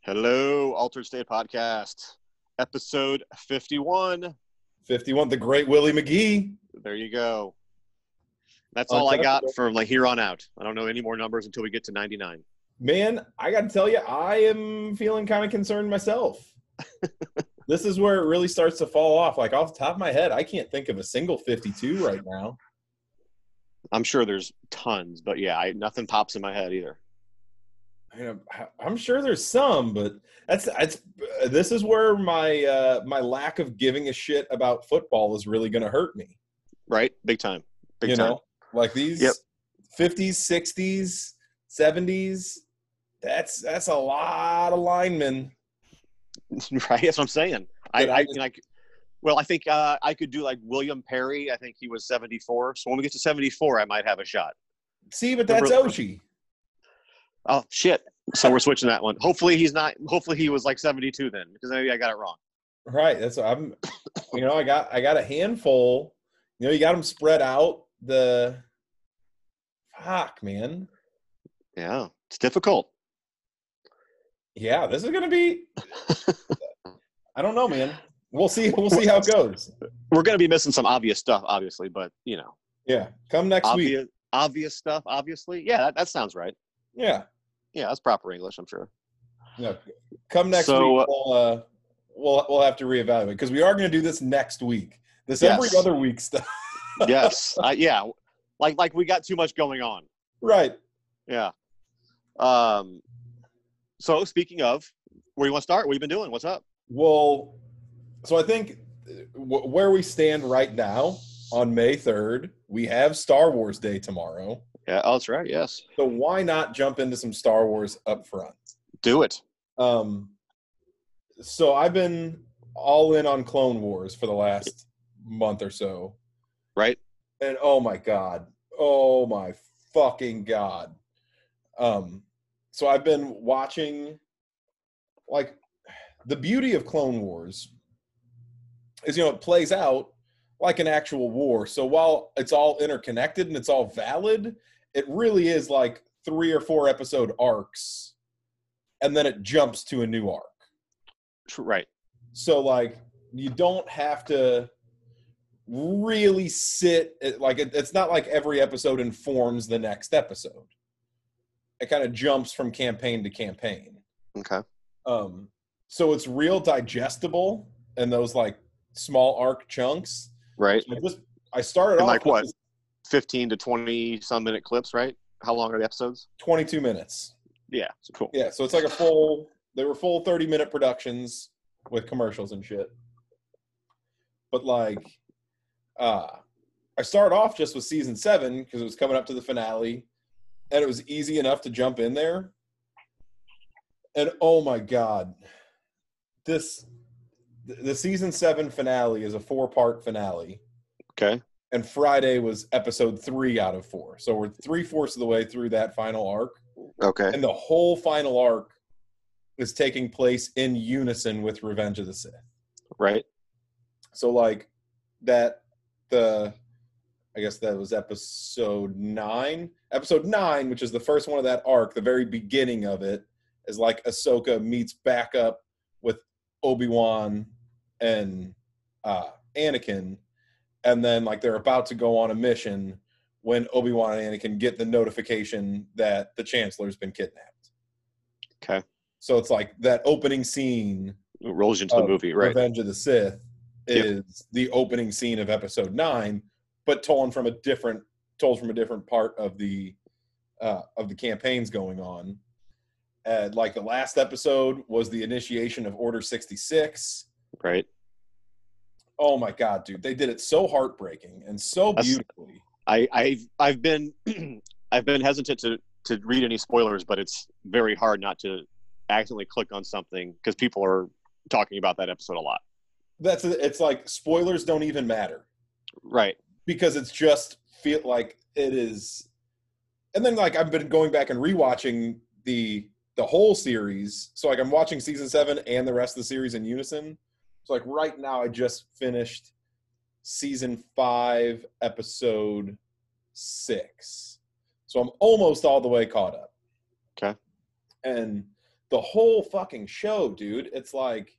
Hello, Altered State Podcast, episode 51. 51, the great Willie McGee. There you go. That's Uh, all I Jeff- got from like here on out. I don't know any more numbers until we get to 99. Man, I got to tell you, I am feeling kind of concerned myself. this is where it really starts to fall off. Like off the top of my head, I can't think of a single 52 right now. I'm sure there's tons, but yeah, I, nothing pops in my head either. I mean, I'm- I'm sure there's some, but that's that's this is where my uh, my lack of giving a shit about football is really going to hurt me. Right? Big time. Big you time. know, like these Yep. 50s, 60s, 70s. That's that's a lot of linemen. right? That's what I'm saying. I, But I, I and I c- well, I think uh, I could do like William Perry. I think he was 74. So when we get to 74, I might have a shot. See, but that's Remember- Ochi. Oh shit! So we're switching that one. Hopefully he's not. Hopefully he was like 72 then, because maybe I got it wrong. Right. That's what I'm. You know, I got I got a handful. You know, you got them spread out. The fuck, man. Yeah, it's difficult. Yeah, this is gonna be. I don't know, man. We'll see. We'll see how it goes. We're gonna be missing some obvious stuff, obviously, but you know, Yeah, come next week. obvious, obvious stuff, obviously. Yeah, that, that sounds right. Yeah, Yeah, that's proper English, I'm sure. no, come next So, uh, week. We'll, uh, we'll we'll have to reevaluate because we are gonna do this next week. This Yes. every other week stuff. yes, I, yeah, like like we got too much going on. Right. Yeah. Um. So speaking of, where you want to start? What you been doing? What's up? Well, so I think uh, wh- where we stand right now on May 3rd, we have Star Wars Day tomorrow. Yeah, oh, that's right. Yes, So why not jump into some Star Wars up front? do it. Um, so I've been all in on Clone Wars for the last month or so. Right. And oh my god. Oh my fucking god. Um so I've been watching like the beauty of Clone Wars is you know it plays out like an actual war. So while it's all interconnected and it's all valid, it really is like three or four episode arcs and then it jumps to a new arc. Tr- Right. So like you don't have to really sit it- like it, it's not like every episode informs the next episode. It kind of jumps from campaign to campaign. Okay. Um, so it's real digestible in those like small arc chunks. Right. I just I started And off like with what? just Fifteen to twenty some minute clips. Right. How long are the episodes? 22 minutes. Yeah. Cool. Yeah, so it's like a full. They were full thirty minute productions with commercials and shit. But like, uh, I started off just with season seven because it was coming up to the finale, and it was easy enough to jump in there. And oh my god, this th- the season seven finale is a four part finale, Okay. and Friday was episode three out of four, so we're three fourths of the way through that final arc Okay. and the whole final arc is taking place in unison with Revenge of the Sith. Right. So like that the I guess that was episode 9. Episode 9, which is the first one of that arc, the very beginning of it is like Ahsoka meets back up with Obi-Wan and uh Anakin and then like they're about to go on a mission when Obi-Wan and Anakin get the notification that the chancellor's been kidnapped. Okay. So it's like that opening scene It rolls you into the of movie. Right. Revenge of the Sith Yep. is the opening scene of episode nine, but told from a different told from a different part of the uh, of the campaigns going on. Uh, like the last episode was the initiation of Order sixty six. Right. Oh my god, dude! They did it so heartbreaking and so That's- beautifully. I, I've I've been I've been hesitant to to read any spoilers, but it's very hard not to accidentally click on something because people are talking about that episode a lot. That's it's like spoilers don't even matter. Right. because it's just feel like it is and then like i've been going back and rewatching the the whole series so like i'm watching season seven and the rest of the series in unison so like right now i just finished season five episode six so i'm almost all the way caught up Okay. and the whole fucking show, dude. It's like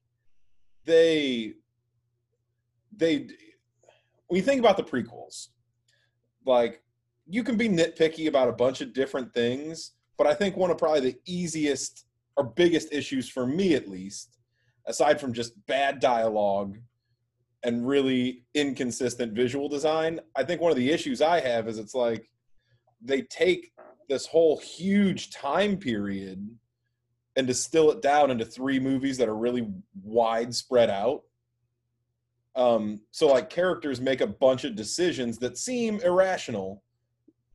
they they when you think about the prequels, like you can be nitpicky about a bunch of different things, but I think one of probably the easiest or biggest issues for me at least, aside from just bad dialogue and really inconsistent visual design, I think one of the issues I have is it's like they take this whole huge time period and distill it down into three movies that are really widespread out. Um, so like characters make a bunch of decisions that seem irrational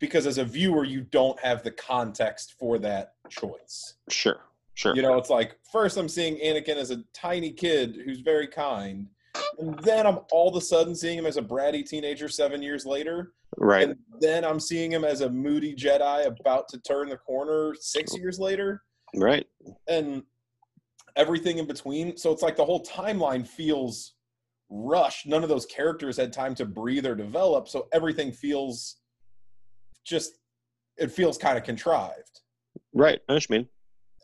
because as a viewer you don't have the context for that choice. Sure, sure. You know, it's like first I'm seeing Anakin as a tiny kid who's very kind, and then I'm all of a sudden seeing him as a bratty teenager seven years later, right. and then I'm seeing him as a moody Jedi about to turn the corner six years later, right. and everything in between. So it's like the whole timeline feels rushed. None of those characters had time to breathe or develop, so everything feels just it feels kind of contrived Right. I know what you mean.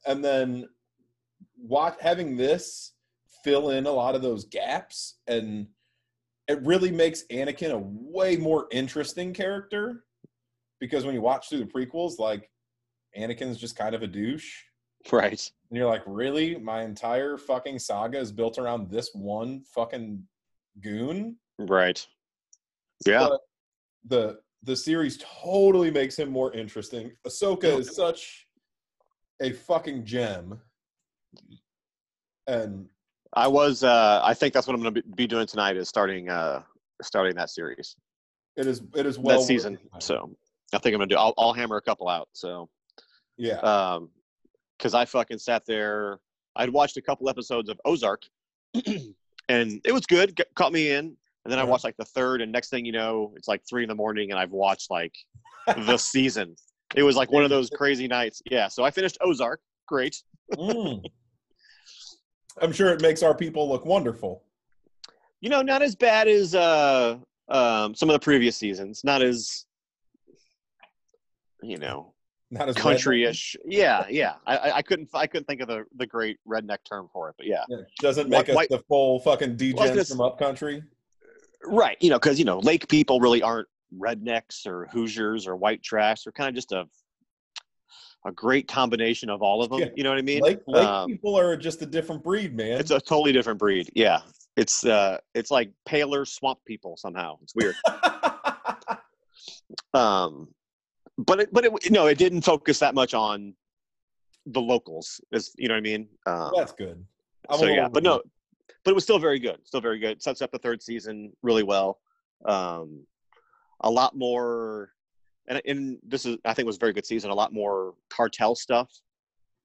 and then what having this fill in a lot of those gaps and it really makes Anakin a way more interesting character because when you watch through the prequels like Anakin's just kind of a douche Right. and you're like really my entire fucking saga is built around this one fucking goon Right. Yeah. But the the series totally makes him more interesting. Ahsoka is such a fucking gem. And I was. Uh, I think that's what I'm going to be doing tonight is starting uh, starting that series it is it is well that season. worth it. So I think I'm going to do. I'll, I'll hammer a couple out. So yeah. um, because I fucking sat there. I'd watched a couple episodes of Ozark, and it was good. Got, caught me in. And then I Uh-huh. watched like the third, and next thing you know, it's like three in the morning, and I've watched like the season. It was like one of those crazy nights. Yeah. So I finished Ozark. Great. Mm. I'm sure it makes our people look wonderful. you know, not as bad as uh, um, some of the previous seasons. Not as, you know, Not as country-ish. Yeah, yeah. I- I, I couldn't, I couldn't think of the the great redneck term for it, but yeah, redneck. Yeah, doesn't make White- us white- the full fucking Like degens this- from upcountry. right. You know, because you know, lake people really aren't rednecks or Hoosiers or white trash. They're kind of just a a great combination of all of them. Yeah. You know what I mean? Lake, lake Um, people are just a different breed, man. it's a totally different breed. Yeah, it's uh, it's like paler swamp people somehow. It's weird. um but it, but it no it didn't focus that much on the locals is you know what i mean um That's good. I'm so a yeah little- but no but it was still very good still very good sets up the third season really well um a lot more and, and this is i think was a very good season a lot more cartel stuff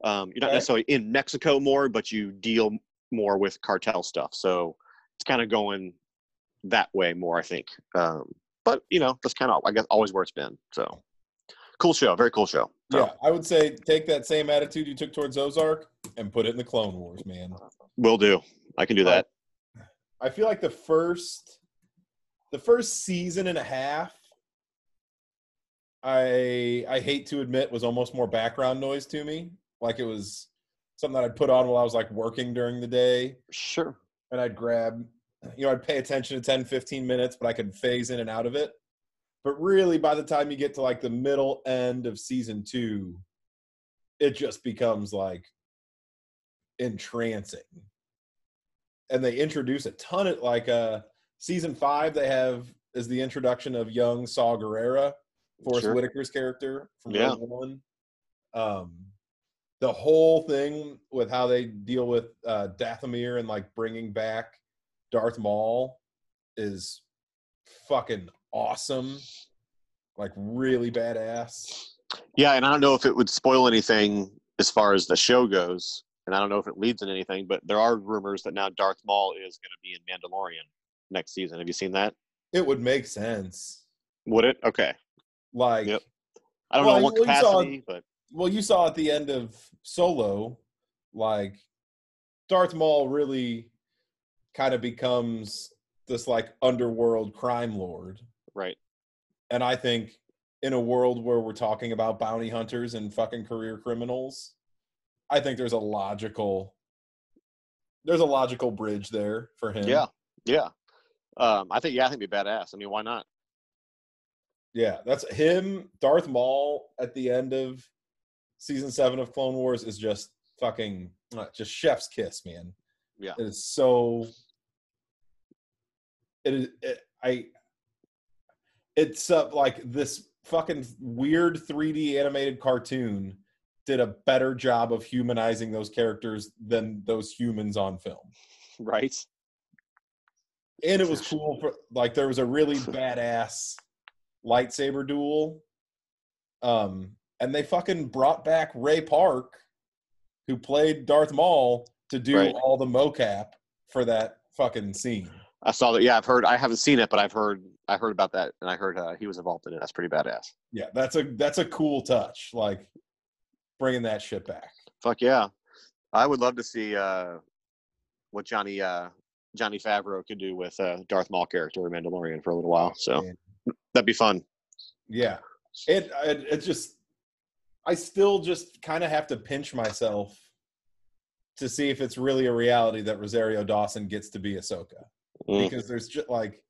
um you're not Okay. necessarily in mexico more but you deal more with cartel stuff so it's kind of going that way more i think um but you know that's kind of i guess always where it's been so cool show very cool show so, Yeah, I would say take that same attitude you took towards Ozark and put it in the Clone Wars, man. will do i can do Right. that I feel like the first the first season and a half I I hate to admit was almost more background noise to me. Like it was something that I'd put on while I was like working during the day sure and I'd grab you know, I'd pay attention to 10, 15 minutes, but I could phase in and out of it. But really by the time you get to like the middle end of season two, it just becomes like entrancing. And they introduce a ton of like uh season five they have is the introduction of young Saw Gerrera, Forrest Sure. Whitaker's character from Yeah. Rogue One. Um the whole thing with how they deal with uh Dathomir and like bringing back Darth Maul is fucking awesome. Like really badass. Yeah, and I don't know if it would spoil anything as far as the show goes, and I don't know if it leads in anything, but there are rumors that now Darth Maul is going to be in Mandalorian next season. Have you seen that? It would make sense. Would it? Okay. Like, Yep. I don't Well, know in what well, you saw- capacity, but well, you saw at the end of Solo, like, Darth Maul really kind of becomes this like underworld crime lord. right. And I think in a world where we're talking about bounty hunters and fucking career criminals, I think there's a logical there's a logical bridge there for him. Yeah, yeah. Um, I think yeah, I think it'd be badass. I mean, why not? Yeah, that's him. Darth Maul at the end of season seven of Clone Wars is just fucking uh, just chef's kiss, man. Yeah. it is so. It is. It, I. It's uh, like this fucking weird 3D animated cartoon did a better job of humanizing those characters than those humans on film Right? and it was cool for like there was a really badass lightsaber duel um and they fucking brought back ray park who played darth maul to do Right. all the mocap for that fucking scene I saw that. Yeah, I've heard. I haven't seen it, but I've heard. I heard about that, and I heard uh, he was involved in it. That's pretty badass. yeah that's a that's a cool touch like bringing that shit back Fuck yeah, I would love to see uh, what Johnny uh, Johnny Favreau could do with uh, Darth Maul character in Mandalorian for a little while. So Yeah. that'd be fun. yeah it it, it just i still just kind of have to pinch myself to see if it's really a reality that Rosario Dawson gets to be Ahsoka. Mm. because there's just like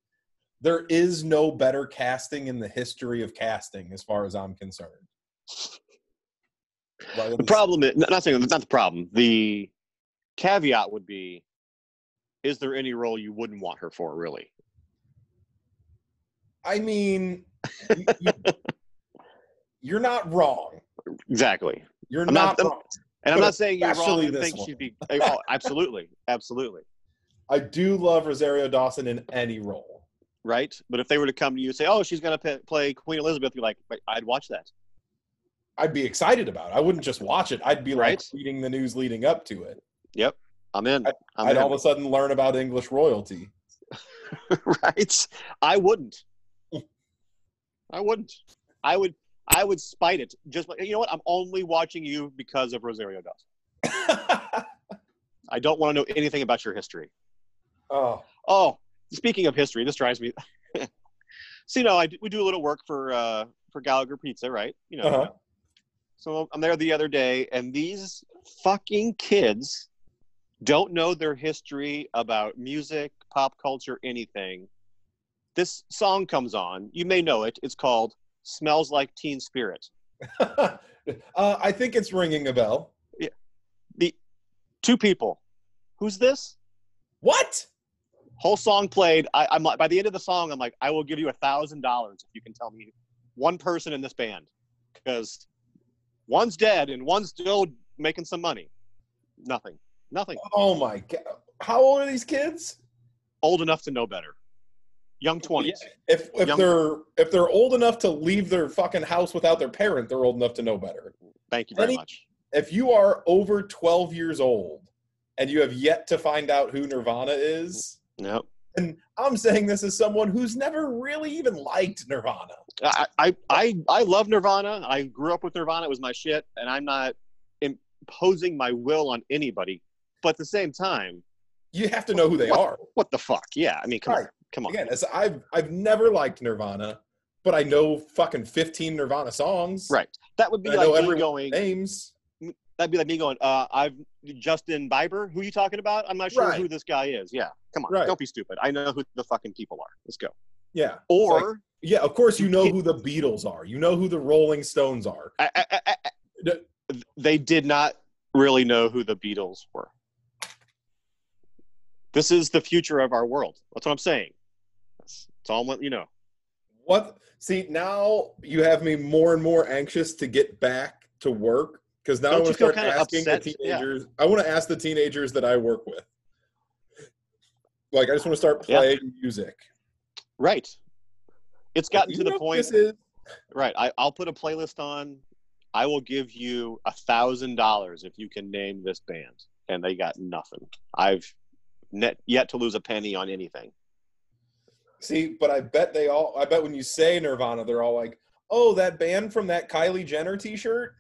there is no better casting in the history of casting as far as i'm concerned Like, The problem is not saying not the problem. The caveat would be: is there any role you wouldn't want her for? Really? i mean you, are not wrong Exactly. you're I'm not, not- wrong And I'm But not saying you're wrong. especially I this think one. she'd be oh, absolutely, absolutely i do love rosario dawson in any role right. But if they were to come to you and say, "Oh, she's going to play Queen Elizabeth," you're like, "Wait, "I'd watch that." i'd be excited about it i wouldn't just watch it i'd be like Right. reading the news leading up to it I'm in. I- I'm i'd in. all of a sudden learn about english royalty right? I wouldn't. I wouldn't. I would. I would spite it. Just like you know what? I'm only watching you because of Rosario Dawson. I don't want to know anything about your history. oh Oh, speaking of history, this drives me. so you know, I d- we do a little work for uh, for Gallagher Pizza, right? You know. uh-huh. So I'm there the other day, and these fucking kids don't know their history about music, pop culture, anything. This song comes on. You may know it. It's called Smells Like Teen Spirit. uh, i think it's ringing a bell Two people. Who's this? what Whole song played. I, I'm like, by the end of the song, I'm like, I will give you a thousand dollars if you can tell me one person in this band, because one's dead and one's still making some money. Nothing. Nothing. Oh my god! How old are these kids? old enough to know better. Young 20s. If if Young- they're if they're old enough to leave their fucking house without their parent, they're old enough to know better. Thank you very Any- much. If you are over twelve years old and you have yet to find out who Nirvana is, No. and I'm saying this as someone who's never really even liked Nirvana. I, I, I, I love Nirvana. I grew up with Nirvana. It was my shit. And I'm not imposing my will on anybody. But at the same time, You have to know who they are. what the fuck? Yeah. I mean, come on. Right. Come on. Again, as I've I've never liked Nirvana, but I know fucking fifteen Nirvana songs. Right. That would be I like know me everyone- going, Names. that'd be like me going, uh, I've Justin Bieber. Who you talking about? I'm not sure Right. who this guy is. Yeah. Come on. Right. Don't be stupid. I know who the fucking people are. Let's go. Yeah. Or. Yeah, of course you know who the Beatles are. You know who the Rolling Stones are. I, I, I, I- The- they did not really know who the Beatles were. This is the future of our world. That's what I'm saying. That's, that's all I'm letting you know. What? See, now you have me more and more anxious to get back to work because now Don't I want you feel to start kinda asking the upset? Yeah. teenagers. I want to ask the teenagers that I work with. Like, I just want to start Yeah. playing music. Right. It's gotten You to know the what point. This is Right. I, I'll put a playlist on. I will give you a thousand dollars if you can name this band, and they got nothing. I've net, yet to lose a penny on anything. see, but I bet they all. I bet when you say Nirvana, they're all like, "Oh, that band from that Kylie Jenner T-shirt."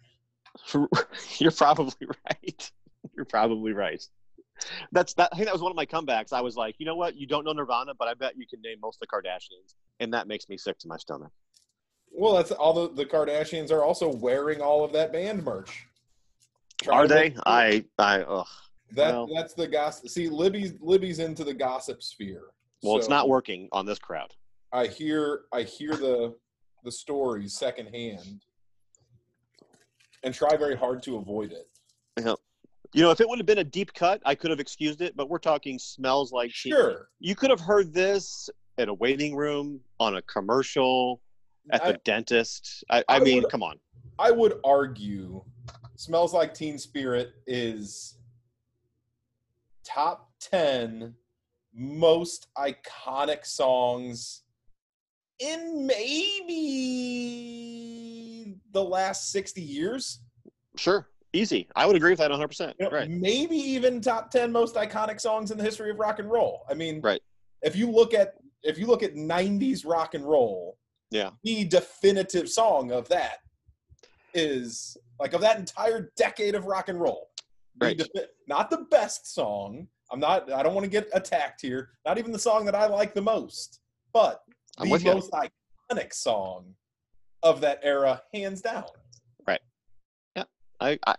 You're probably right. You're probably right. That's that. I think that was one of my comebacks. I was like, you know what? You don't know Nirvana, but I bet you can name most of the Kardashians, and that makes me sick to my stomach. Well, that's all the, the Kardashians are also wearing all of that band merch. Are they? I I ugh. That well- that's the gossip. See, Libby's Libby's into the gossip sphere. Well, it's So not working on this crowd. I hear I hear the the stories secondhand, and try very hard to avoid it. You know, if it would have been a deep cut, I could have excused it. But we're talking smells like teen- Sure, You could have heard this at a waiting room, on a commercial, at the I, dentist. I, I, I mean, would've- come on. I would argue, "Smells Like Teen Spirit" is top ten most iconic songs in maybe the last sixty years. Sure, easy. I would agree with that 100. percent you know, Right. maybe even top 10 most iconic songs in the history of rock and roll i mean Right. if you look at if you look at 90s rock and roll Yeah. the definitive song of that is like of that entire decade of rock and roll the Right. defi- not the best song i'm not i don't want to get attacked here not even the song that i like the most but I'm the with you. most iconic song of that era hands down I, I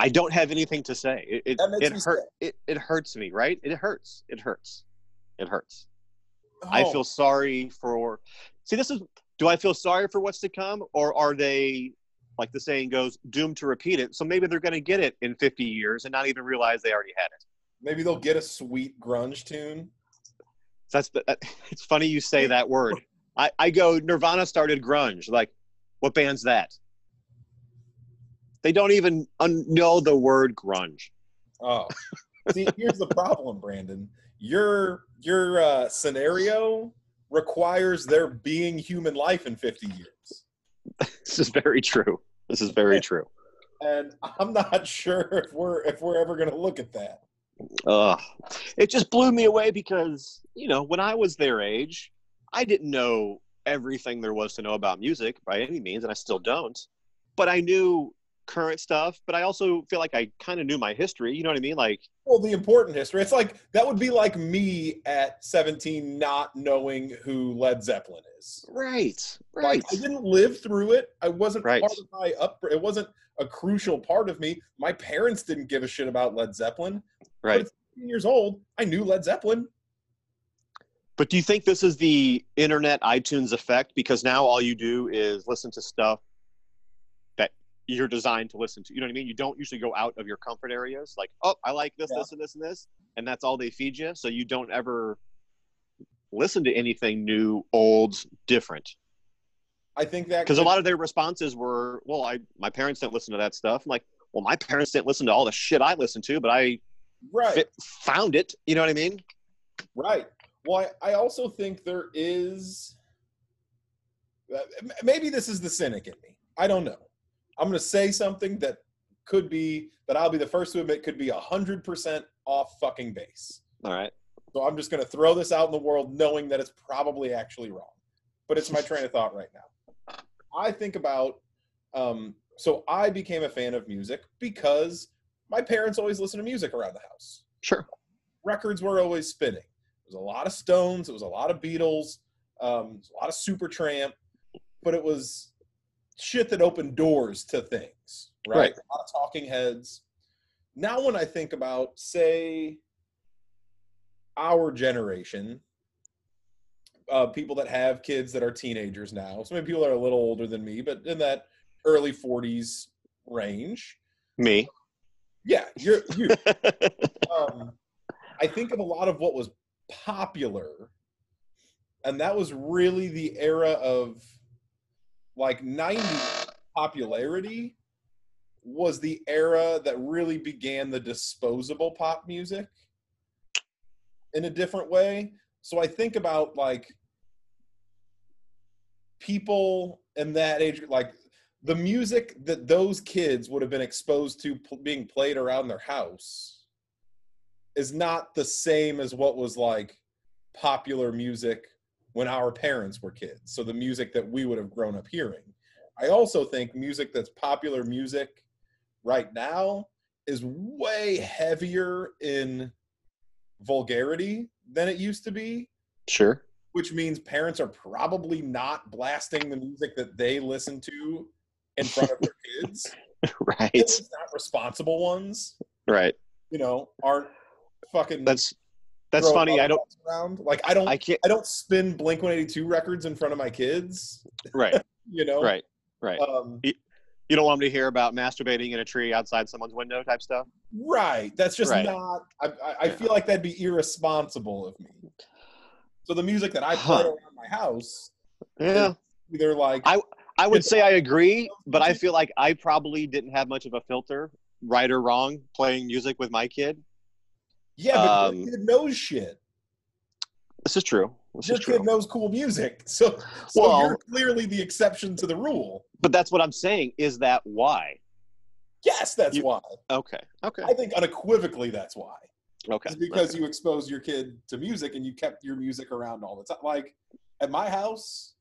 I don't have anything to say. It it, That makes it me hurt. It, it hurts me, right? It hurts. It hurts. It hurts. I Oh. feel sorry for. See, this is. Do I feel sorry for what's to come, or are they, like the saying goes, doomed to repeat it? So maybe they're going to get it in 50 years and not even realize they already had it. maybe they'll get a sweet grunge tune So that's the. That, it's funny you say that word. I I go Nirvana started grunge. Like, what band's that? They don't even un- know the word grunge. Oh, see, here's the problem, Brandon. Your your uh, scenario requires there being human life in 50 years, This is very true. This is very true. and I'm not sure if we're if we're ever going to look at that. Ugh. It just blew me away because, you know, when I was their age, I didn't know everything there was to know about music by any means, and I still don't. But I knew current stuff, but I also feel like I kind of knew my history. You know what I mean? Like, Well, the important history. It's like that would be like me at 17 not knowing who Led Zeppelin is. right, Like, I didn't live through it. I wasn't Right. part of my up. It wasn't a crucial part of me. My parents didn't give a shit about Led Zeppelin. right. 10 years old, I knew Led Zeppelin. But do you think this is the internet iTunes effect? Because now all you do is listen to stuff that you're designed to listen to. You know what I mean? You don't usually go out of your comfort areas. Like, oh, I like this, Yeah. this, and this, and this, and that's all they feed you. So you don't ever listen to anything new, old, different. I think that Because a could- lot of their responses were, "Well, I my parents didn't listen to that stuff." I'm like, well, my parents didn't listen to all the shit I listened to, but I right. fit, found it. You know what I mean? Right. Well, I, I also think there is. uh, m- Maybe this is the cynic in me. I don't know. I'm going to say something that could be that I'll be the first to admit could be hundred percent off fucking base. All right. So I'm just going to throw this out in the world, knowing that it's probably actually wrong. But it's my train of thought right now. I think about. Um, so I became a fan of music because my parents always listen to music around the house Sure. records were always spinning. It was a lot of Stones, it was a lot of Beatles, um, it was a lot of Supertramp, but it was shit that opened doors to things, right? Right. A lot of Talking Heads. Now, when I think about, say, our generation, uh, people that have kids that are teenagers now, so maybe people that are a little older than me, but in that early 40s range. Me. Yeah, you're, you um, I think of a lot of what was popular, and that was really the era of like 90 popularity was the era that really began the disposable pop music in a different way. So I think about like people in that age, like the music that those kids would have been exposed to pl- being played around their house is not the same as what was like popular music when our parents were kids. So the music that we would have grown up hearing. I also think music that's popular music right now is way heavier in vulgarity than it used to be Sure. which means parents are probably not blasting the music that they listen to in front of their kids. right? It's not responsible ones, Right. you know, aren't fucking. That's that's throwing funny. I don't. lollipops Around. Like I don't. I I, can't. don't spin Blink One Eighty Two records in front of my kids. Right. You know. Right. Right. Um, You don't want me to hear about masturbating in a tree outside someone's window type stuff. Right. That's just Right. not. I, I, I Yeah. feel like that'd be irresponsible of me. So the music that I play Huh. around my house, Yeah. either like I- I would say I agree, but I feel like I probably didn't have much of a filter, right or wrong, playing music with my kid. yeah, but um, your kid knows shit. This is true. This Your is true. kid knows cool music. So, so Well- you're clearly the exception to the rule. But that's what I'm saying. Is that why? Yes, that's You- why. Okay. Okay. I think unequivocally that's why. Okay. It's because okay. you exposed your kid to music and you kept your music around all the time. Like at my house,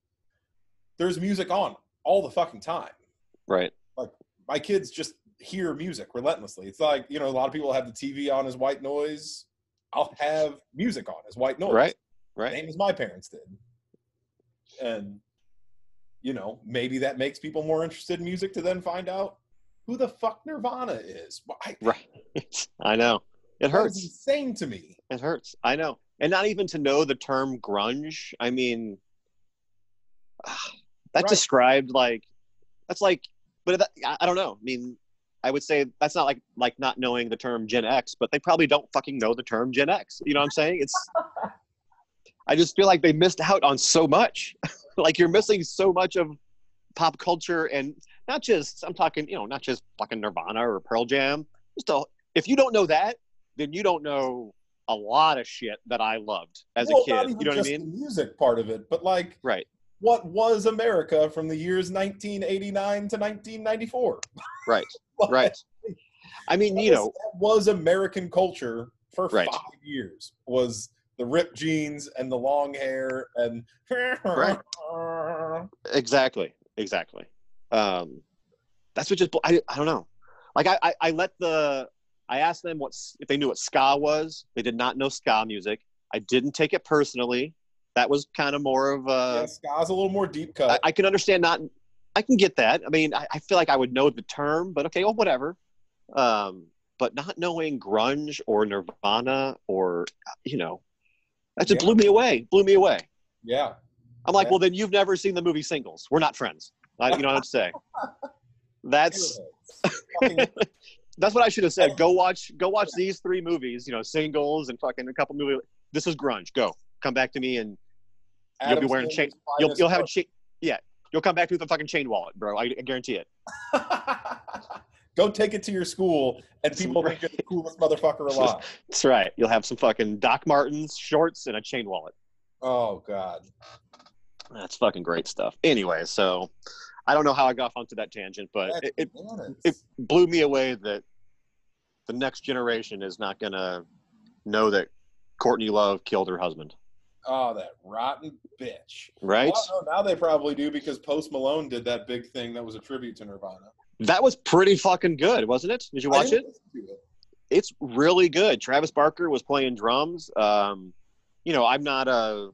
there's music on all the fucking time. right. my kids just hear music relentlessly. It's like, you know, a lot of people have the TV on as white noise. I'll have music on as white noise. Right. Right. Same as my parents did. And, you know, maybe that makes people more interested in music to then find out who the fuck Nirvana is. Why- Right. I know. It that was hurts. insane to me. It hurts. I know. And not even to know the term grunge. I mean, that Right. described like, that's like, but that, I- I don't know. I mean, I would say that's not like, like not knowing the term Gen X, but they probably don't fucking know the term Gen X. You know what I'm saying? It's, I just feel like they missed out on so much. like you're missing so much of pop culture and not just, I'm talking, you know, not just fucking Nirvana or Pearl Jam. Just a, if you don't know that, then you don't know a lot of shit that I loved as Well, a kid. You know what I just mean? The music part of it, but like, Right, what was America from the years 1989 to 1994? right, Like, right. I mean, you know, that was American culture for Right. five years. Was the ripped jeans and the long hair and exactly, exactly. Um, that's what just bl- I, I don't know. Like I, I, I let the I asked them what s- if they knew what ska was. They did not know ska music. I didn't take it personally. That was kind of more of yeah, a Ska's a little more deep Uh, I I cut. can understand not. I can get that. I mean, I, I feel like I would know the term, but okay, well, whatever. Um, but not knowing grunge or Nirvana or you know, that just Yeah. blew me away. Blew me away. yeah, I'm like, Yeah. well, then you've never seen the movie Singles. We're not friends. I, you know what I'm saying? That's Fucking- that's what I should have said. Go watch go watch these three movies. You know, Singles and fucking a couple movies. This is grunge. Go come back to me and You'll be Adam wearing chain- Sandler's you'll finest you'll have a work. chain. Yeah, you'll come back with a fucking chain wallet, bro. I, I guarantee it. Go take it to your school, and people think you're the coolest motherfucker alive. That's right. You'll have some fucking Doc Martens, shorts, and a chain wallet. Oh God, That's fucking great stuff. Anyway, so I don't know how I got onto that tangent, but That's it, it, bananas. it blew me away that the next generation is not gonna know that Courtney Love killed her husband, oh, that rotten bitch. right? Well, uh, no, now they probably do because Post Malone did that big thing that was a tribute to Nirvana. That was pretty fucking good, wasn't it? Did you I watch it? didn't listen to it. It's really good. Travis Barker was playing drums. Um, you know, I'm not a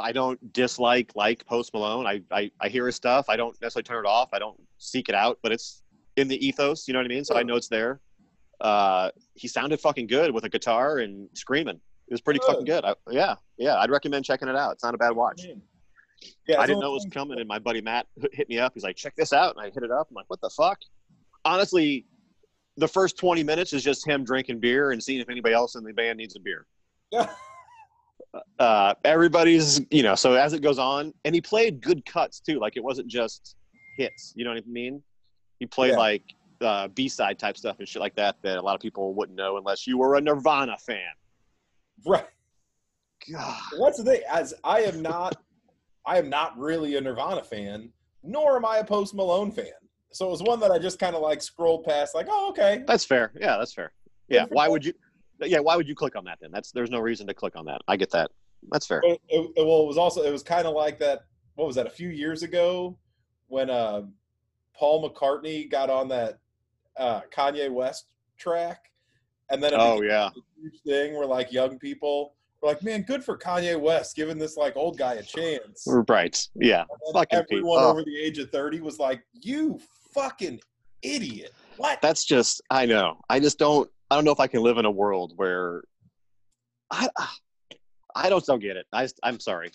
I don't dislike like Post Malone. I, I I hear his stuff. I don't necessarily turn it off. I don't seek it out, but it's in the ethos. You know what I mean? So I know it's there. Uh, he sounded fucking good with a guitar and screaming. It was pretty Good. fucking good. I, yeah, yeah. I'd recommend checking it out. It's not a bad watch. Yeah, I it's didn't one know it of was those coming, and my buddy Matt h- hit me up. He's like, "Check this out," and I hit it up. I'm like, "What the fuck?" Honestly, the first 20 minutes is just him drinking beer and seeing if anybody else in the band needs a beer. Yeah. uh, everybody's, you know, so as it goes on, and he played good cuts too. Like it wasn't just hits. You know what I mean? He played Yeah. like uh, B side type stuff and shit like that that a lot of people wouldn't know unless you were a Nirvana fan. Right. God. What's the thing? As I am not, I am not really a Nirvana fan, nor am I a Post Malone fan. So it was one that I just kind of like scrolled past, like, oh, okay. That's fair. Yeah, that's fair. Yeah. for Why that. would you? Yeah. Why would you click on that then? That's there's no reason to click on that. I get that. That's fair. It, it- it- well, it was also it was kind of like that. What was that? A few years ago, when uh, Paul McCartney got on that uh, Kanye West track, and then it Oh yeah. huge thing where like young people were like, "Man, good for Kanye West giving this like old guy a chance." And Right. Yeah. then Fucking people. everyone over the age of thirty was like, "You fucking idiot. What? That's just I know. I just don't. I don't know if I can live in a world where I I don't don't get it. I just, I'm sorry.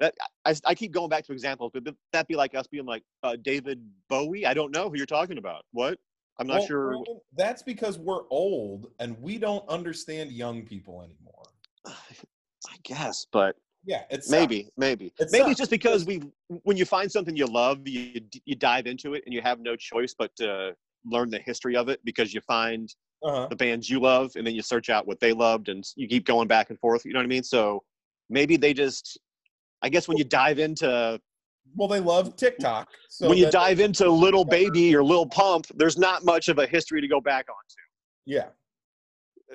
That I, I keep going back to examples, but that'd be like us being like uh, David Bowie. I don't know who you're talking about. What? I'm not Well, sure. Brandon, That's because we're old and we don't understand young people anymore. I guess, but Yeah, it's maybe, maybe, It maybe sucks. it's just because we, when you find something you love, you you dive into it and you have no choice but to learn the history of it because you find Uh-huh. the bands you love and then you search out what they loved and you keep going back and forth. You know what I mean? So maybe they just, I guess, when you dive into Well, they love TikTok. So when you that- dive into Little Baby or Little Pump, there's not much of a history to go back on. uh, yeah,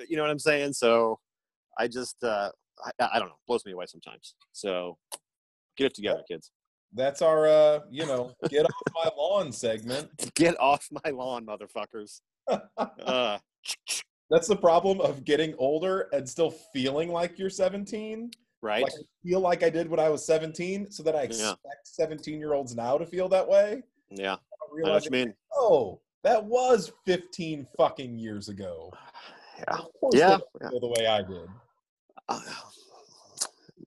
you know what I'm saying? So I just uh I, I don't know, blows me away sometimes. So get it together, kids. that's our uh, you know, get off my lawn segment. Get off my lawn, motherfuckers. Uh That's the problem of getting older and still feeling like you're 17. right? Like I feel like I did when I was 17, so that I Yeah. expect 17 year olds now to feel that way. Yeah. I I know realize, what you mean. oh, that was 15 fucking years ago. Yeah. Of course Yeah. they don't feel the way I did. Yeah. Uh,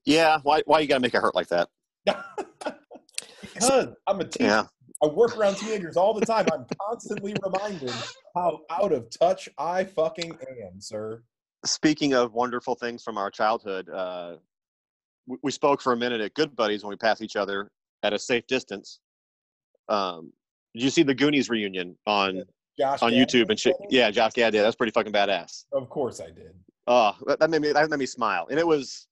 Yeah, why why you gotta make it hurt like that? because I'm a teacher. Yeah. I work around teenagers all the time. I'm constantly reminded how out of touch I fucking am, sir. Speaking of wonderful things from our childhood, uh we, we spoke for a minute at Good Buddies when we passed each other at a safe distance. Um did you see the Goonies reunion on Josh on Gad- YouTube and shit? Yeah, Josh Gad did. That's pretty fucking badass. Of course I did. Oh, that, that made me that made me smile, and it was,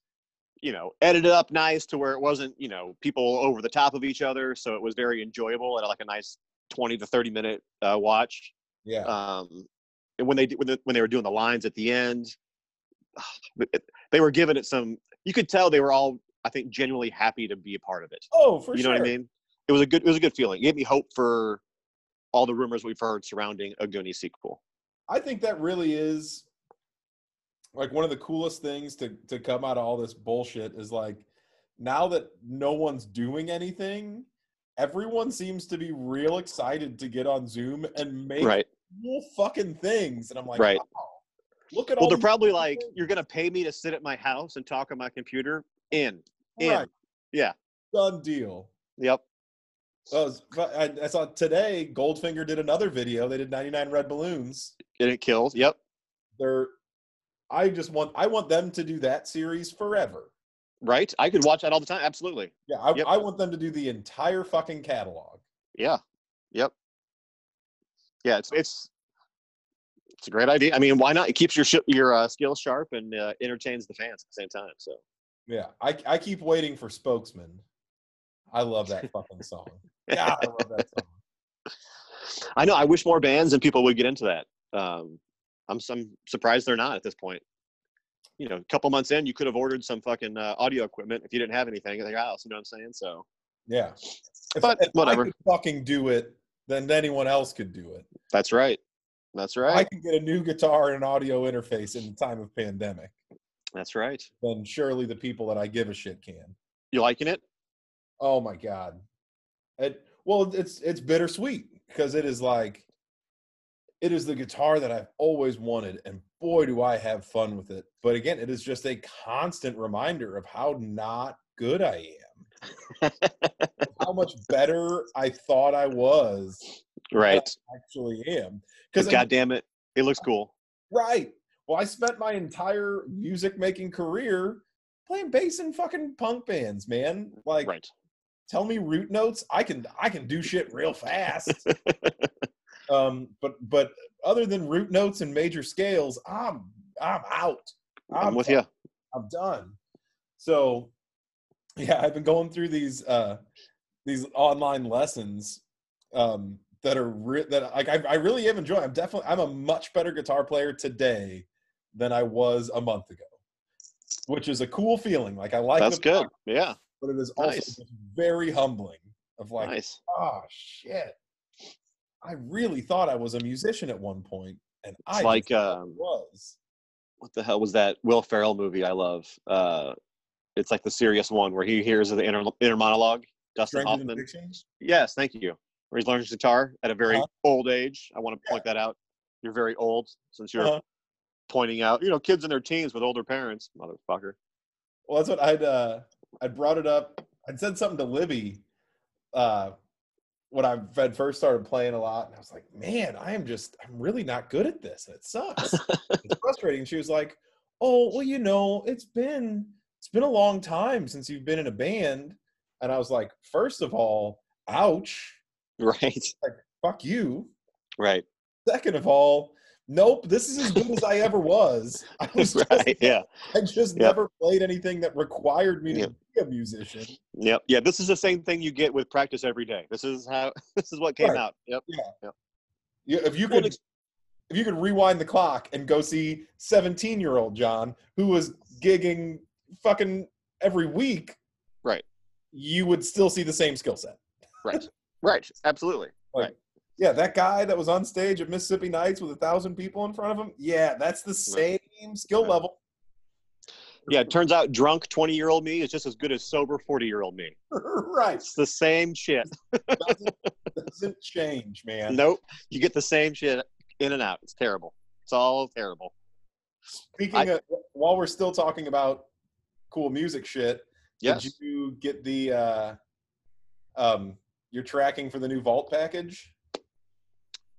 you know, edited up nice to where it wasn't, you know, people over the top of each other, so it was very enjoyable and like a nice twenty to thirty minute uh, watch. Yeah. Um, and when they did- when, the, when they were doing the lines at the end, it- they were giving it some. You could tell they were all, I think, genuinely happy to be a part of it. oh, for you sure. know what I mean? It was a good it was a good feeling. It gave me hope for all the rumors we've heard surrounding a Goonie sequel. I think that really is like one of the coolest things to to come out of all this bullshit is like now that no one's doing anything, everyone seems to be real excited to get on Zoom and make Right. cool fucking things, and I'm like, Right. wow, look at Well, all. they're these probably cool like, things." you're gonna pay me to sit at my house and talk on my computer. In, in, Right. yeah. done deal. yep. Oh, it's fu- I, I saw today Goldfinger did another video. They did 99 red balloons. And it kills. Yep. They're I just want I want them to do that series forever. Right. I could watch that all the time. Absolutely. Yeah, I, Yep. I want them to do the entire fucking catalog. Yeah. Yep. Yeah. It's it's it's a great idea. I mean, why not? It keeps your sh- your uh, skills sharp and uh, entertains the fans at the same time. So Yeah, I I keep waiting for Spokesman. I love that fucking song. Yeah, I love that song. I know. I wish more bands and people would get into that. Um, I'm I'm surprised they're not at this point. You know, a couple months in, you could have ordered some fucking uh, audio equipment if you didn't have anything at your house. You know what I'm saying? So. Yeah, if, But if whatever. I could fucking do it, then anyone else could do it. That's right. That's right. I can get a new guitar and an audio interface in the time of pandemic. That's right. Then surely the people that I give a shit can. You liking it? Oh my god. It well, it's it's bittersweet because it is like it is the guitar that I've always wanted, and boy, do I have fun with it. But again, it is just a constant reminder of how not good I am, how much better I thought I was Right. actually am. Because Because God damn it, it looks cool. right, well, I spent my entire music making career playing bass in fucking punk bands, man. Like, Right. tell me root notes i can i can do shit real fast um but but other than root notes and major scales i'm i'm out I'm with you. i'm done so yeah i've been going through these uh these online lessons um that are re- that like I, I really am enjoying i'm definitely i'm a much better guitar player today than i was a month ago which is a cool feeling like i like That's the good. Yeah. but it is also Nice. just very humbling of like Nice. oh shit i really thought i was a musician at one point and i It's just like um, was what the hell was that Will Ferrell movie I love? Uh, it's like the serious one where he hears the inner inner monologue. Dustin Stranger Than Hoffman. Fiction? Yes, thank you. where he learns guitar at a very Uh-huh. old age. I want to point that out. You're very old since you're Uh-huh. pointing out, you know, kids in their teens with older parents, motherfucker. Well, that's what I'd uh, I brought it up. I'd said something to Libby uh, when I had first started playing a lot, and I was like, "Man, I am just I'm really not good at this, and it sucks. it's frustrating." And she was like, "Oh, well, you know, it's been it's been a long time since you've been in a band," and I was like, first of all, ouch, Right, fuck you." right, Second of all, nope, this is as good as I ever was. I was just right. Yeah, I just Yeah. never played anything that required me to Yeah. be a musician. yep, yeah. This is the same thing you get with practice every day. This is how. This is what came Right. out. Yep. You- If you Well, could, it's- if you could rewind the clock and go see seventeen-year-old John who was gigging fucking every week, Right. You would still see the same skill set. Right. Absolutely. Yeah, that guy that was on stage at Mississippi Nights with a thousand people in front of him. Yeah, that's the same Right. skill Right. level. Yeah. It turns out drunk twenty year old me is just as good as sober forty year old me. right. It's the same shit. Doesn't, doesn't change, man. Nope. You get the same shit in and out. It's terrible. It's all terrible. Speaking I- of, while we're still talking about cool music shit, Yes. Did you get the uh um your tracking for the new vault package?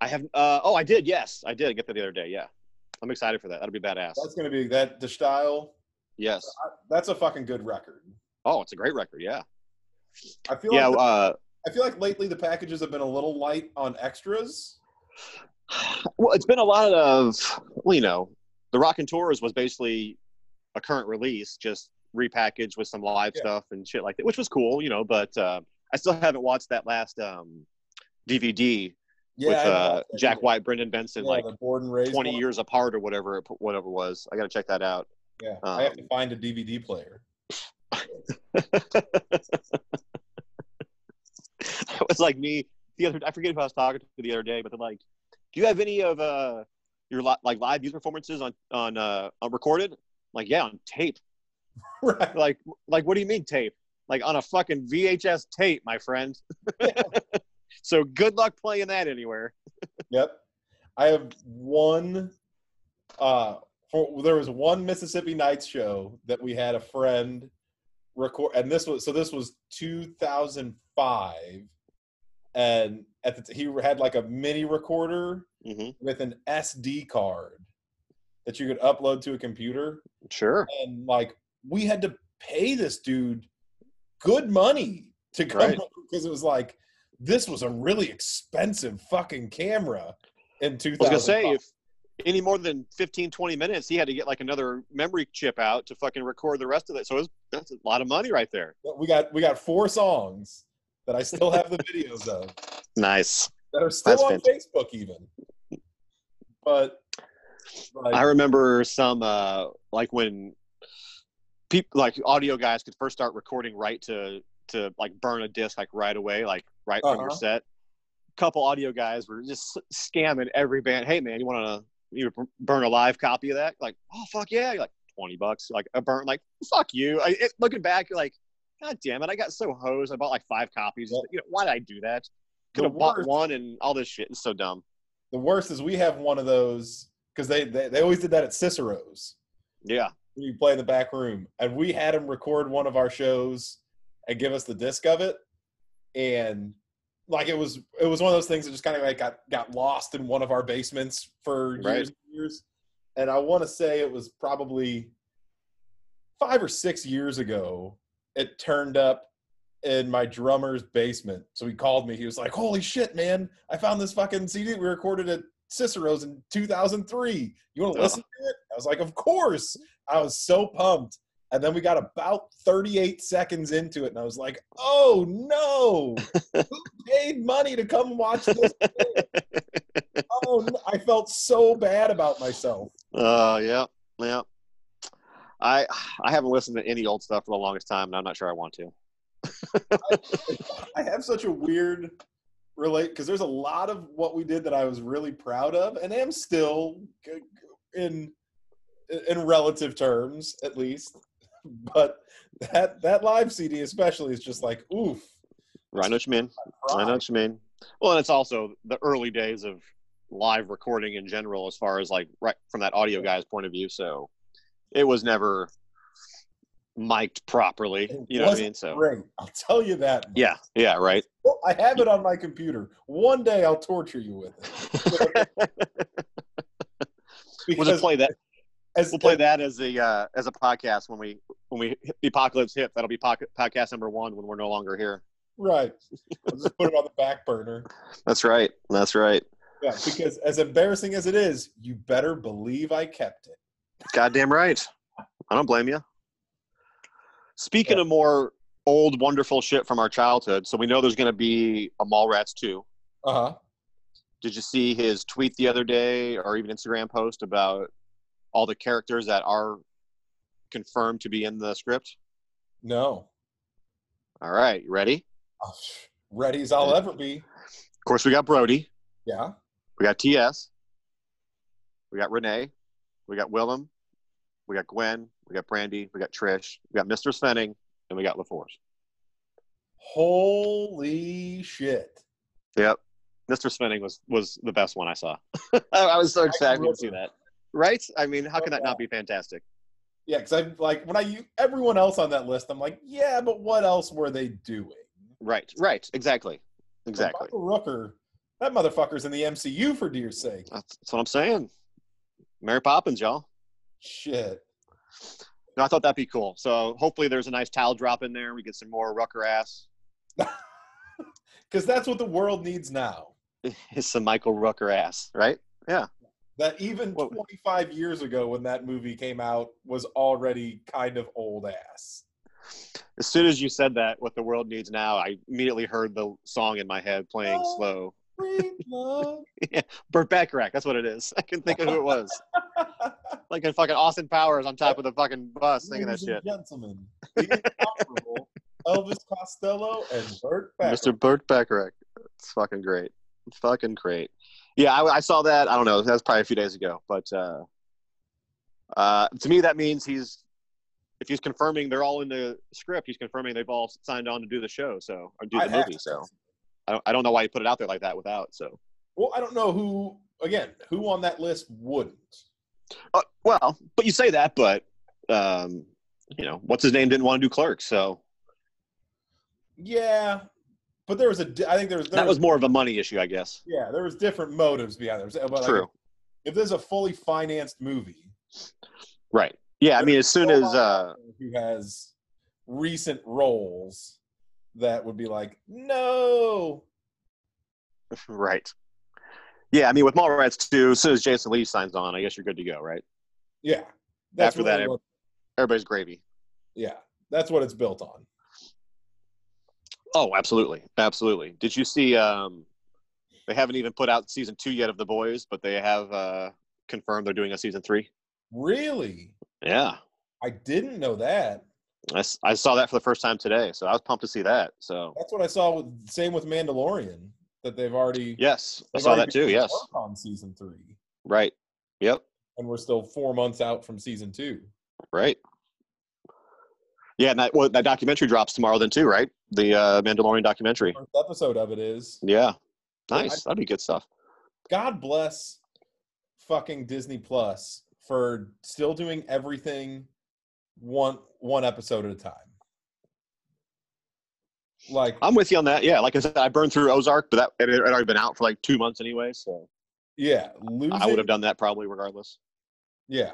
I have. Uh, oh, I did. Yes, I did get that the other day. Yeah, I'm excited for that. That'll be badass. That's gonna be that the style. yes. That's a fucking good record. Oh, it's a great record. Yeah. I feel Yeah. like Uh, I feel like lately the packages have been a little light on extras. well, it's been a lot of, well, you know, the Rock and Tours was basically a current release, just repackaged with some live Yeah. stuff and shit like that, which was cool, you know. But uh, I still haven't watched that last um, DVD with I know. uh, Jack White, Brendan Benson, Yeah, like the Born and Raised 20 one. years apart or whatever, it, whatever it was. I got to check that out. Yeah, I have to Um, find a DVD player. it was like me the other I forget who I was talking to the other day, but they're like, "Do you have any of uh your li- like live music performances on on uh on recorded?" I'm like, "Yeah, on tape." right. They're Like, like what do you mean tape? Like on a fucking VHS tape, my friend. so good luck playing that anywhere. Yep. I have one. Uh, for, there was one Mississippi Nights show that we had a friend record, and this was so this was 2005, and at the, t- he had like a mini recorder Mm-hmm. with an SD card that you could upload to a computer, Sure. and like we had to pay this dude good money to come Right. because it was like this was a really expensive fucking camera in I was 2000 gonna say if any more than 15, 20 minutes, he had to get like another memory chip out to fucking record the rest of it. So it was, that's a lot of money right there. we got we got four songs that i still have the videos of Nice. that are still That's on facebook even but like, I remember some uh, like when people like audio guys could first start recording right to to like burn a disc like right away like right from your Uh-huh. set. Couple audio guys were just s- scamming every band. Hey man, you want to you b- burn a live copy of that? Like oh fuck yeah! You're like twenty bucks. Like a burn like fuck you. I, it, looking back, you're like god damn it! I got so hosed. I bought like five copies. Yep. You know, why did I do that? The Could have bought worst- one and all this shit. It's so dumb. the worst is we have one of those because they, they they always did that at cicero's Yeah. when you play in the back room. And we had him record one of our shows and give us the disc of it. And like it was it was one of those things that just kind of like got, got lost in one of our basements for years Right. and years. And I wanna say it was probably five or six years ago it turned up in my drummer's basement. So he called me. He was like, Holy shit, man, I found this fucking CD we recorded at Cicero's in 2003. You want to Ugh. listen to it? I was like, Of course. I was so pumped. And then we got about 38 seconds into it, and I was like, Oh no, who paid money to come watch this? thing? oh, no. I felt so bad about myself. Uh, yeah, yeah. I I haven't listened to any old stuff for the longest time, and I'm not sure I want to. I have such a weird relate because there's a lot of what we did that I was really proud of and am still g- g- in in relative terms at least but that that live CD especially is just like oof I know what you mean. I know what you mean. Well, and it's also the early days of live recording in general, as far as like right from that audio guy's point of view. So it was never mic'd properly. It You know what I wasn't mean? So Great. I'll tell you that. much. yeah, yeah, right. Well, I have it on my computer. One day I'll torture you with it. We'll just play that. as, We'll play that as the uh, as a podcast when we when we hit the apocalypse hit. That'll be pocket, podcast number one when we're no longer here. Right. I'll just put it on the back burner. That's right. That's right. Yeah, because as embarrassing as it is, you better believe I kept it. Goddamn right. I don't blame you. Speaking of more old wonderful shit from our childhood, so we know there's going to be a Mallrats 2. Uh huh. Did you see his tweet the other day or even Instagram post about all the characters that are confirmed to be in the script? No. All right, you ready? Of Oh, psh, Ready as I'll ever be. course, we got Brody, Yeah. we got TS, we got Renee, we got Willem, we got Gwen, we got Brandy, we got Trish, we got Mr. Svenning, and we got LaForce. Holy shit. Yep. Mr. Spinning was was the best one I saw. I, Oh, I was so excited to see that. Right? I mean, how can that not be fantastic? Yeah, because I'm like, when I use everyone else on that list, I'm like, yeah, but what else were they doing? Right. Right. Exactly. Exactly. Michael Rooker, that motherfucker's in the MCU for dear sake. That's, that's what I'm saying. Mary Poppins, y'all. Shit. No, I thought that'd be cool. So hopefully there's a nice towel drop in there. We get some more Rucker ass. Because that's what the world needs now. some Michael Rucker ass, right? That even What- 25 years ago when that movie came out was already kind of old ass. As soon as you said that, what the world needs now, I immediately heard the song in my head playing Oh. slow. Sweet love. Burt Bacharach, that's what it is. I can think of who it was. like in fucking Austin Powers on top of the fucking bus singing that Ladies and shit. Gentlemen, the incomparable Elvis Costello and Burt Bacharach. Mr. Burt Bacharach. It's fucking great. It's fucking great. Yeah, I, I saw that. I don't know. That was probably a few days ago. But uh, uh, to me, that means he's, if he's confirming they're all in the script, he's confirming they've all signed on to do the show, so, or do the I'd have movie. to- So I don't, I don't know why he put it out there like that without. So, Well, I don't know who, again, who on that list wouldn't. uh, well, but you say that, but, um, you know, what's his name didn't want to do clerks. So Yeah, but there was a. di- I think there was. There that was more of a money issue, I guess. Yeah, there was different motives behind there. But like, True. If there's a fully financed movie, Right. Yeah. I mean, as soon as uh, who has recent roles, that would be like, no. right. Yeah. I mean, with Mallrats too, as soon as Jason Lee signs on, I guess you're good to go, right? Yeah. After that, really I- what- Everybody's gravy. yeah, that's what it's built on. Oh, absolutely, absolutely. Did you see? Um, they haven't even put out season two yet of The Boys, but they have uh, confirmed they're doing a season three. Really, Yeah, I didn't know that. I, s- I saw that for the first time today, so I was pumped to see that. So That's what I saw. With, same with Mandalorian, that they've already. yes, I they've saw already that too. begun Yes, work On season three, right. Yep. and we're still four months out from season two. Right. Yeah, and that well, that documentary drops tomorrow then too, right? The uh, Mandalorian documentary. First episode of it is. Yeah. Yeah, I- Nice. That'd be good stuff. God bless fucking Disney Plus for still doing everything one one episode at a time. Like I'm with you on that. Yeah, like I said, I burned through Ozark, but that it had already been out for like two months anyway, so yeah, losing I would have done that probably regardless. yeah.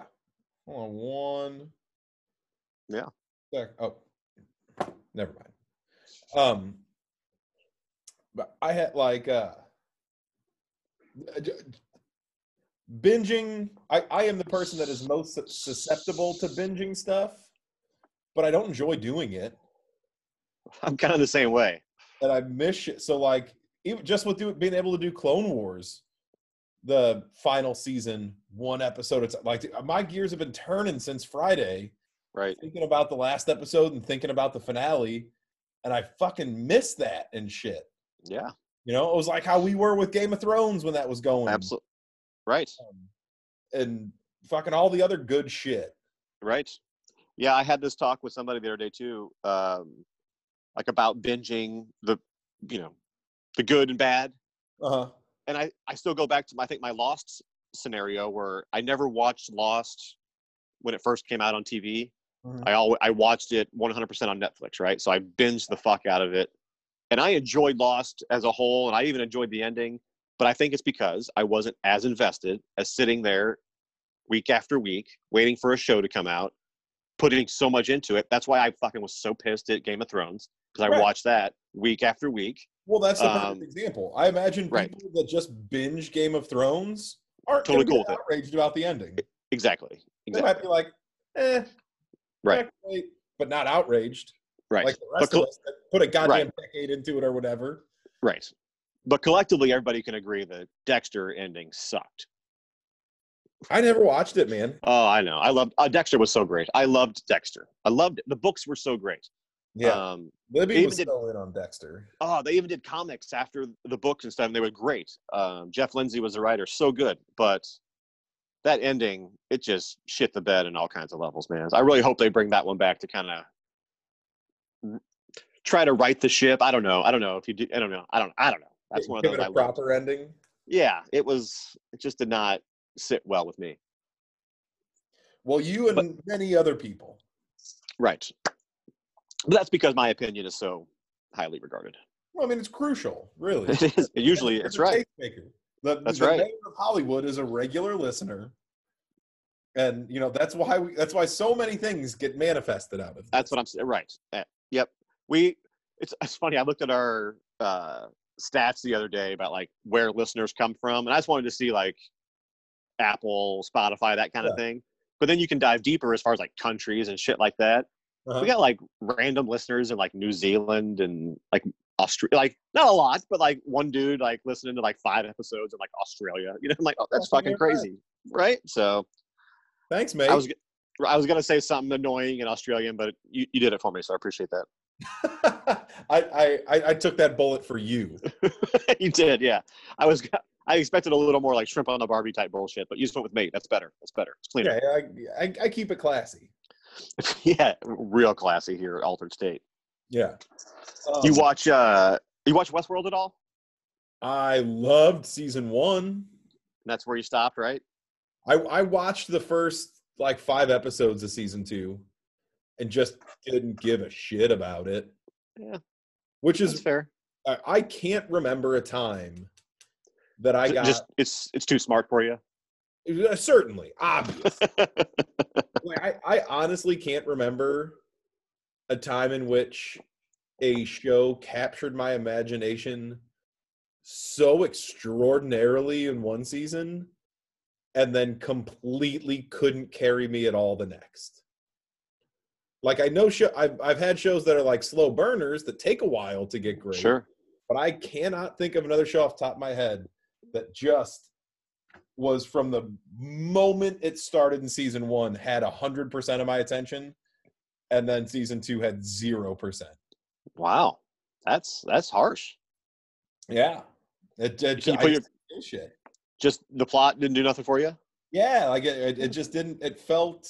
Hold on one. Yeah. sec- Oh, never mind. Um, but I had like uh, binging. I I am the person that is most sus- susceptible to binging stuff, but I don't enjoy doing it, I'm kind of the same way. and I miss shit. So like, even just with do, being able to do Clone Wars, the final season, one episode. It's like my gears have been turning since Friday. Right. thinking about the last episode and thinking about the finale, and I fucking missed that and shit. Yeah. You know, it was like how we were with Game of Thrones when that was going, Absolutely. Right. Um, and fucking all the other good shit. Right. Yeah, I had this talk with somebody the other day too, um, like about binging the, you know, the good and bad. Uh-huh. And I, I still go back to my, I think my Lost scenario where I never watched Lost when it first came out on TV. Mhm. I always I watched it 100% on Netflix, right? So I binged the fuck out of it, and I enjoyed Lost as a whole, and I even enjoyed the ending. But I think it's because I wasn't as invested as sitting there week after week waiting for a show to come out, putting so much into it. That's why I fucking was so pissed at Game of Thrones because I Right. watched that week after week. Well, that's the perfect Um, example. I imagine right. people that just binge Game of Thrones aren't Totally totally cool with it. outraged about the ending. Exactly. They Exactly. might be like, eh, Right. wait, but not outraged. Right. Like the rest col- of us that put a goddamn decade into it or whatever. right. But collectively, everybody can agree that Dexter ending sucked. I never watched it, man. Oh, I know. I loved uh, Dexter was so great. I loved Dexter. I loved it. The books were so great. Yeah. Um, Libby even was did- still in on Dexter. oh, they even did comics after the books and stuff, and they were great. Um, Jeff Lindsay was the writer, so good. But that ending, it just shit the bed in all kinds of levels, man. I really hope they bring that one back to kind of try to right the ship. I don't know. I don't know if you do. I don't know. I don't. I don't know. That's one of Give those. it I a love. proper ending. Yeah, it was. It just did not sit well with me. Well, you and many other people. Right. But that's because my opinion is so highly regarded. Well, I mean, it's crucial, really. It is. Usually, it's a right. tastemaker. The, That's the right. mayor of Hollywood is a regular listener, and you know that's why we, that's why so many things get manifested out of. That's what I'm saying. Right. Eh, Yep. We. It's, it's funny. I looked at our uh, stats the other day about like where listeners come from, and I just wanted to see like Apple, Spotify, that kind of Yeah. thing. But then you can dive deeper as far as like countries and shit like that. Uh-huh. We got like random listeners in like New Zealand and like Australia. Like not a lot, but like one dude like listening to like five episodes in like Australia. You know, I'm like, oh, that's Fucking fucking right. crazy, right? So. Thanks, mate. I was g- I was gonna say something annoying in Australian, but you, you did it for me, so I appreciate that. I, I I I took that bullet for you. you did, yeah. I was g- I expected a little more like shrimp on the Barbie type bullshit, but you just went with me. That's better. That's better. It's cleaner. Okay, I, I I keep it classy. yeah, real classy here at Altered State. Yeah. You Um, watch uh you watch Westworld at all? I loved season one. And that's where you stopped, right? I I watched the first like five episodes of season two, and just didn't give a shit about it. Yeah. Which That's is fair. I I can't remember a time that I J- got Just it's it's too smart for you. uh, certainly obvious. like, I, I honestly can't remember a time in which a show captured my imagination so extraordinarily in one season and then completely couldn't carry me at all the next. Like I know show I've I've had shows that are like slow burners that take a while to get great Sure. but I cannot think of another show off the top of my head that just was from the moment it started in season one had hundred percent of my attention, and then season two had zero percent. Wow. That's that's harsh. Yeah, it, it, Can you I put your- just didn't give a shit. Just the plot didn't do nothing for you? Yeah, like it, it, it just didn't. It felt.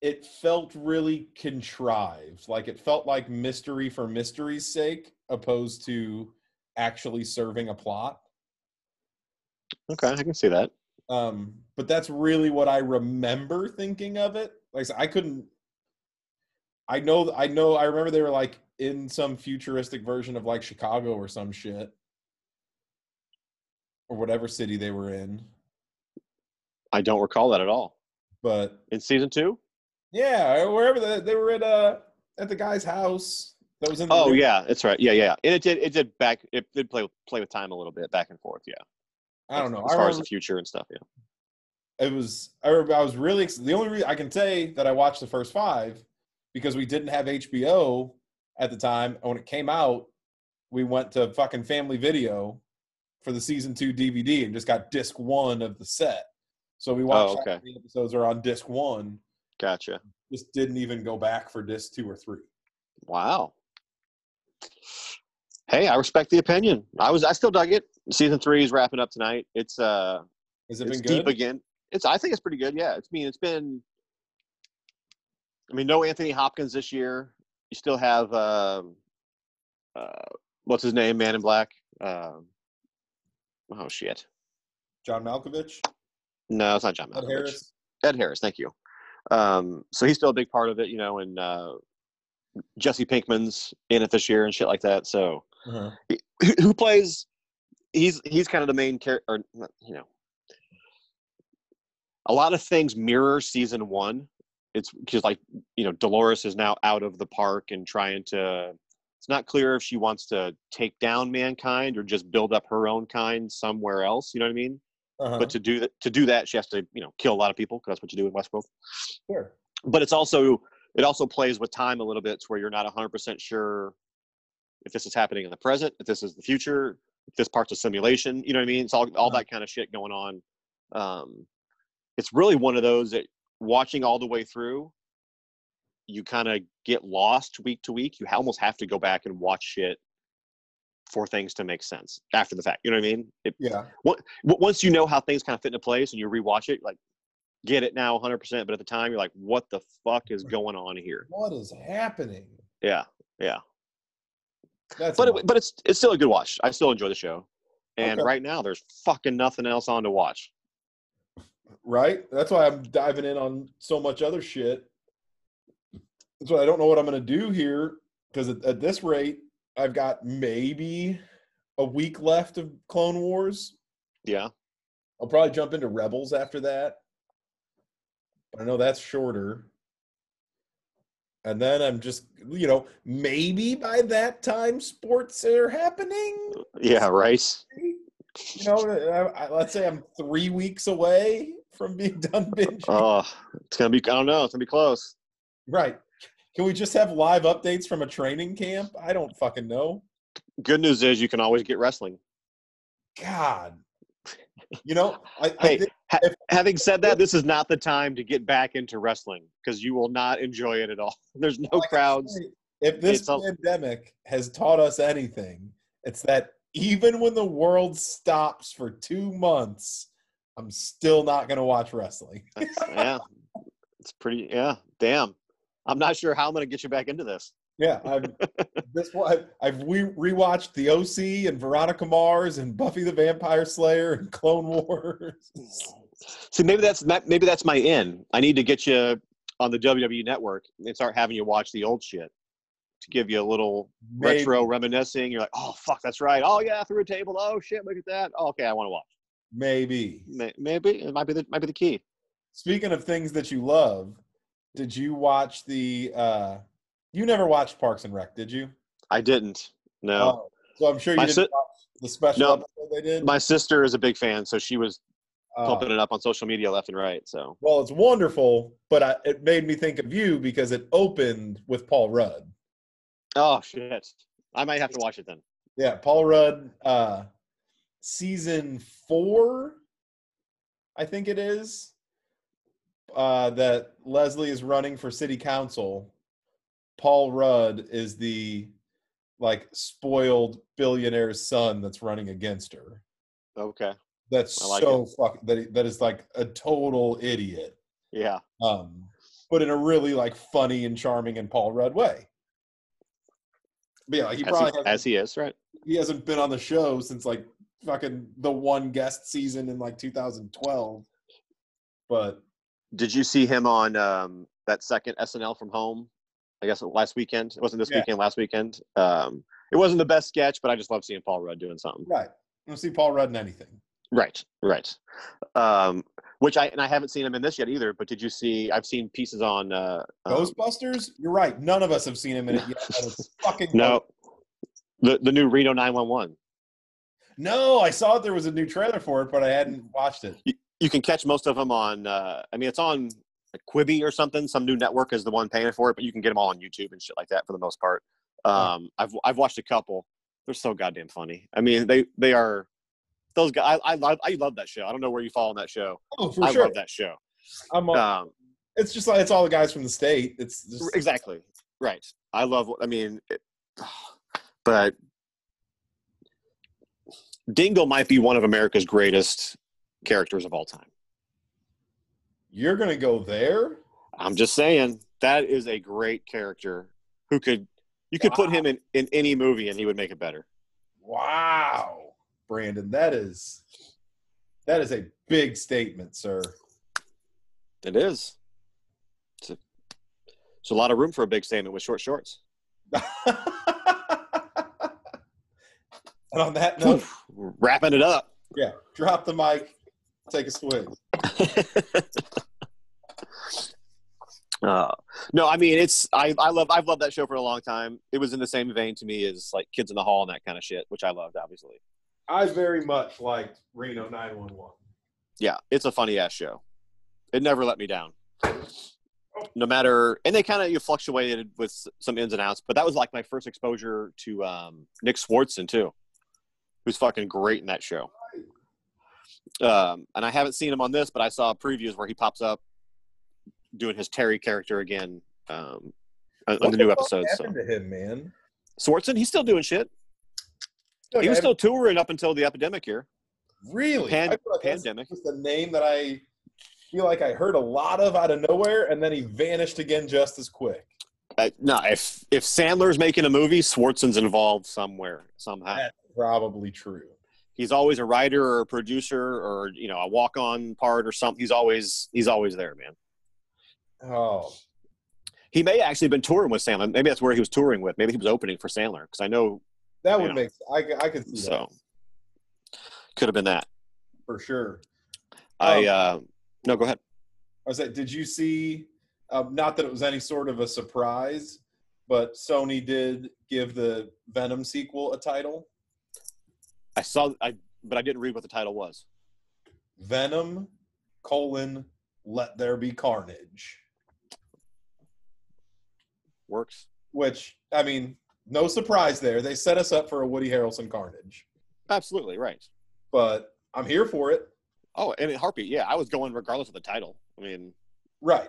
It felt really contrived. Like it felt like mystery for mystery's sake, opposed to actually serving a plot. Okay, I can see that. um but that's really what i remember thinking of it like I said, i couldn't i know i know i remember they were like in some futuristic version of like chicago or some shit or whatever city they were in I don't recall that at all. but In season two? yeah wherever they, they were at uh at the guy's house that was in the Oh room. yeah, that's right. Yeah, yeah. And it did it did back it did play play with time a little bit back and forth. Yeah. i don't know As far I as remember- the future and stuff. Yeah. it was I, remember I was really ex- the only reason I can say that I watched the first five because we didn't have HBO at the time and when it came out we went to fucking Family Video for the season 2 DVD and just got disc 1 of the set so we watched Oh, okay. the episodes are on disc 1 Gotcha. just didn't even go back for disc 2 or 3 Wow. Hey, I respect the opinion. I was I still dug it. Season three is wrapping up tonight. It's uh has it it's been good deep again. It's I think it's pretty good. Yeah. It's I mean it's been I mean no Anthony Hopkins this year. You still have um uh what's his name? Man in Black. Um, oh shit. John Malkovich, No, it's not John Ed Malkovich. Harris. Ed Harris, thank you. Um, so he's still a big part of it, you know, and uh, Jesse Pinkman's in it this year and shit like that. So Uh-huh. who, who plays? He's he's kind of the main character, or not- you know, a lot of things mirror season one. It's because like you know, Dolores is now out of the park and trying to. It's not clear if she wants to take down mankind or just build up her own kind somewhere else. You know what I mean? Uh-huh. But to do that, to do that, she has to you know kill a lot of people because that's what you do in Westworld sure. but it's also it also plays with time a little bit to where you're not 100% sure if this is happening in the present if this is the future if this part's a simulation you know what i mean it's all, all that kind of shit going on um, it's really one of those that watching all the way through you kind of get lost week to week you ha- almost have to go back and watch shit for things to make sense after the fact you know what i mean it, Yeah. w- once you know how things kind of fit into place and you rewatch it, like get it now 100%. But at the time, you're like, what the fuck is going on here? What is happening? Yeah, yeah. That's But amazing. it, but it's it's still a good watch. I still enjoy the show. And Okay. right now, there's fucking nothing else on to watch. right? That's why I'm diving in on so much other shit. That's why I don't know what I'm going to do here because at, at this rate, I've got maybe a week left of Clone Wars. Yeah, I'll probably jump into Rebels after that. But I know that's shorter. And then I'm just, you know, maybe by that time sports are happening. yeah, right. You know, I, I, let's say I'm three weeks away from being done binging. Oh, it's gonna be. I don't know. It's gonna be close. Right. Can we just have live updates from a training camp? I don't fucking know. Good news is you can always get wrestling. God. You know, I, I Hey, think, ha- if- having said that, this is not the time to get back into wrestling because you will not enjoy it at all. There's no Like I crowds. if this it's a- pandemic has taught us anything, it's that even when the world stops for two months, I'm still not going to watch wrestling. That's, yeah, it's pretty. Yeah, damn. I'm not sure how I'm going to get you back into this. Yeah, I've, this one, I've, I've re- rewatched The OC and Veronica Mars and Buffy the Vampire Slayer and Clone Wars. See, maybe that's ma- maybe that's my in. I need to get you on the WWE network and start having you watch the old shit to give you a little Maybe. retro reminiscing. You're like, oh fuck, that's right. Oh yeah, through a table. Oh shit, look at that. Oh, okay, I want to watch. Maybe. May- Maybe it might be the might be the key. Speaking of things that you love, did you watch the? uh You never watched Parks and Rec, did you? I didn't. No, Oh, so I'm sure you My didn't si- watch the special No. episode they did. my sister is a big fan, so she was Uh, pumping it up on social media left and right. So well, it's wonderful, but I, it made me think of you because it opened with Paul Rudd. oh shit, I might have to watch it then. Yeah, Paul Rudd, uh, season four, I think it is, uh, that Leslie is running for city council. Paul Rudd is the like spoiled billionaire's son that's running against her. Okay. That's I like so fuck that he- that is like a total idiot. Yeah. Um, but in a really like funny and charming and Paul Rudd way. But yeah, like, he as, probably he, hasn't- as he is, right? he hasn't been on the show since like fucking the one guest season in like 2012. But Did you see him on um, that second SNL from home? I guess last weekend. It wasn't this Yeah. weekend. Last weekend. Um, it wasn't the best sketch, but I just love seeing Paul Rudd doing something. right, I don't see Paul Rudd in anything. Right. Right. Um, which I and I haven't seen him in this yet either. But did you see? I've seen pieces on. Uh, um, Ghostbusters, you're right. None of us have seen him in it yet. but it's fucking no. The the new Reno 911. no. I saw there was a new trailer for it, but I hadn't watched it. You can catch most of them on. Uh, I mean, it's on like, Quibi or something. Some new network is the one paying for it, but you can get them all on YouTube and shit like that for the most part. Um, I've I've watched a couple. They're so goddamn funny. I mean, they they are those guys. I I love I love that show. I don't know where you fall on that show. Oh, for I sure. love that show. I'm, on- Um, it's just like it's all the guys from the state. It's just, exactly right. I love. I mean, it, but Dingle might be one of America's greatest characters of all time. You're gonna go there. I'm just saying that is a great character who could you could put him in in any movie and he would make it better. Wow, Brandon, that is that is a big statement, sir. It is. It's a, it's a lot of room for a big statement with short shorts. and on that note, Oof, wrapping it up. yeah, drop the mic, take a swig. Uh, no, I mean it's I, I love I've loved that show for a long time. It was in the same vein to me as like Kids in the Hall and that kind of shit, which I loved obviously. I very much liked Reno 911. Yeah, it's a funny ass show. It never let me down. No matter, and they kind of fluctuated with s- some ins and outs, but that was like my first exposure to um, Nick Swartzen too, who's fucking great in that show. Um, and I haven't seen him on this, but I saw previews where he pops up doing his Terry character again um, on on the new episode. So. happened to him, man? Swartzen, he's still doing shit. He was still touring up until the epidemic here. really Pan- I feel like that's pandemic. just a name that I feel like I heard a lot of out of nowhere, and then he vanished again just as quick. Uh, no, if if Sandler's making a movie, Swartzen's involved somewhere somehow. That's probably true. He's always a writer or a producer or you know a walk on part or something. He's always he's always there, man. Oh, He may actually have been touring with Sandler. Maybe that's where he was touring with. Maybe he was opening for Sandler because I know that would Yeah. make I, c- I could see so. that Could have been that. for sure. I uh, no, go ahead. I was like, did you see? Um, not that it was any sort of a surprise, but Sony did give the Venom sequel a title. I saw I, but I didn't read what the title was. Venom colon let there be carnage. Works. Which I mean, no surprise there. They set us up for a Woody Harrelson carnage. Absolutely right. But I'm here for it. Oh, and Heartbeat. Yeah, I was going regardless of the title. I mean, Right.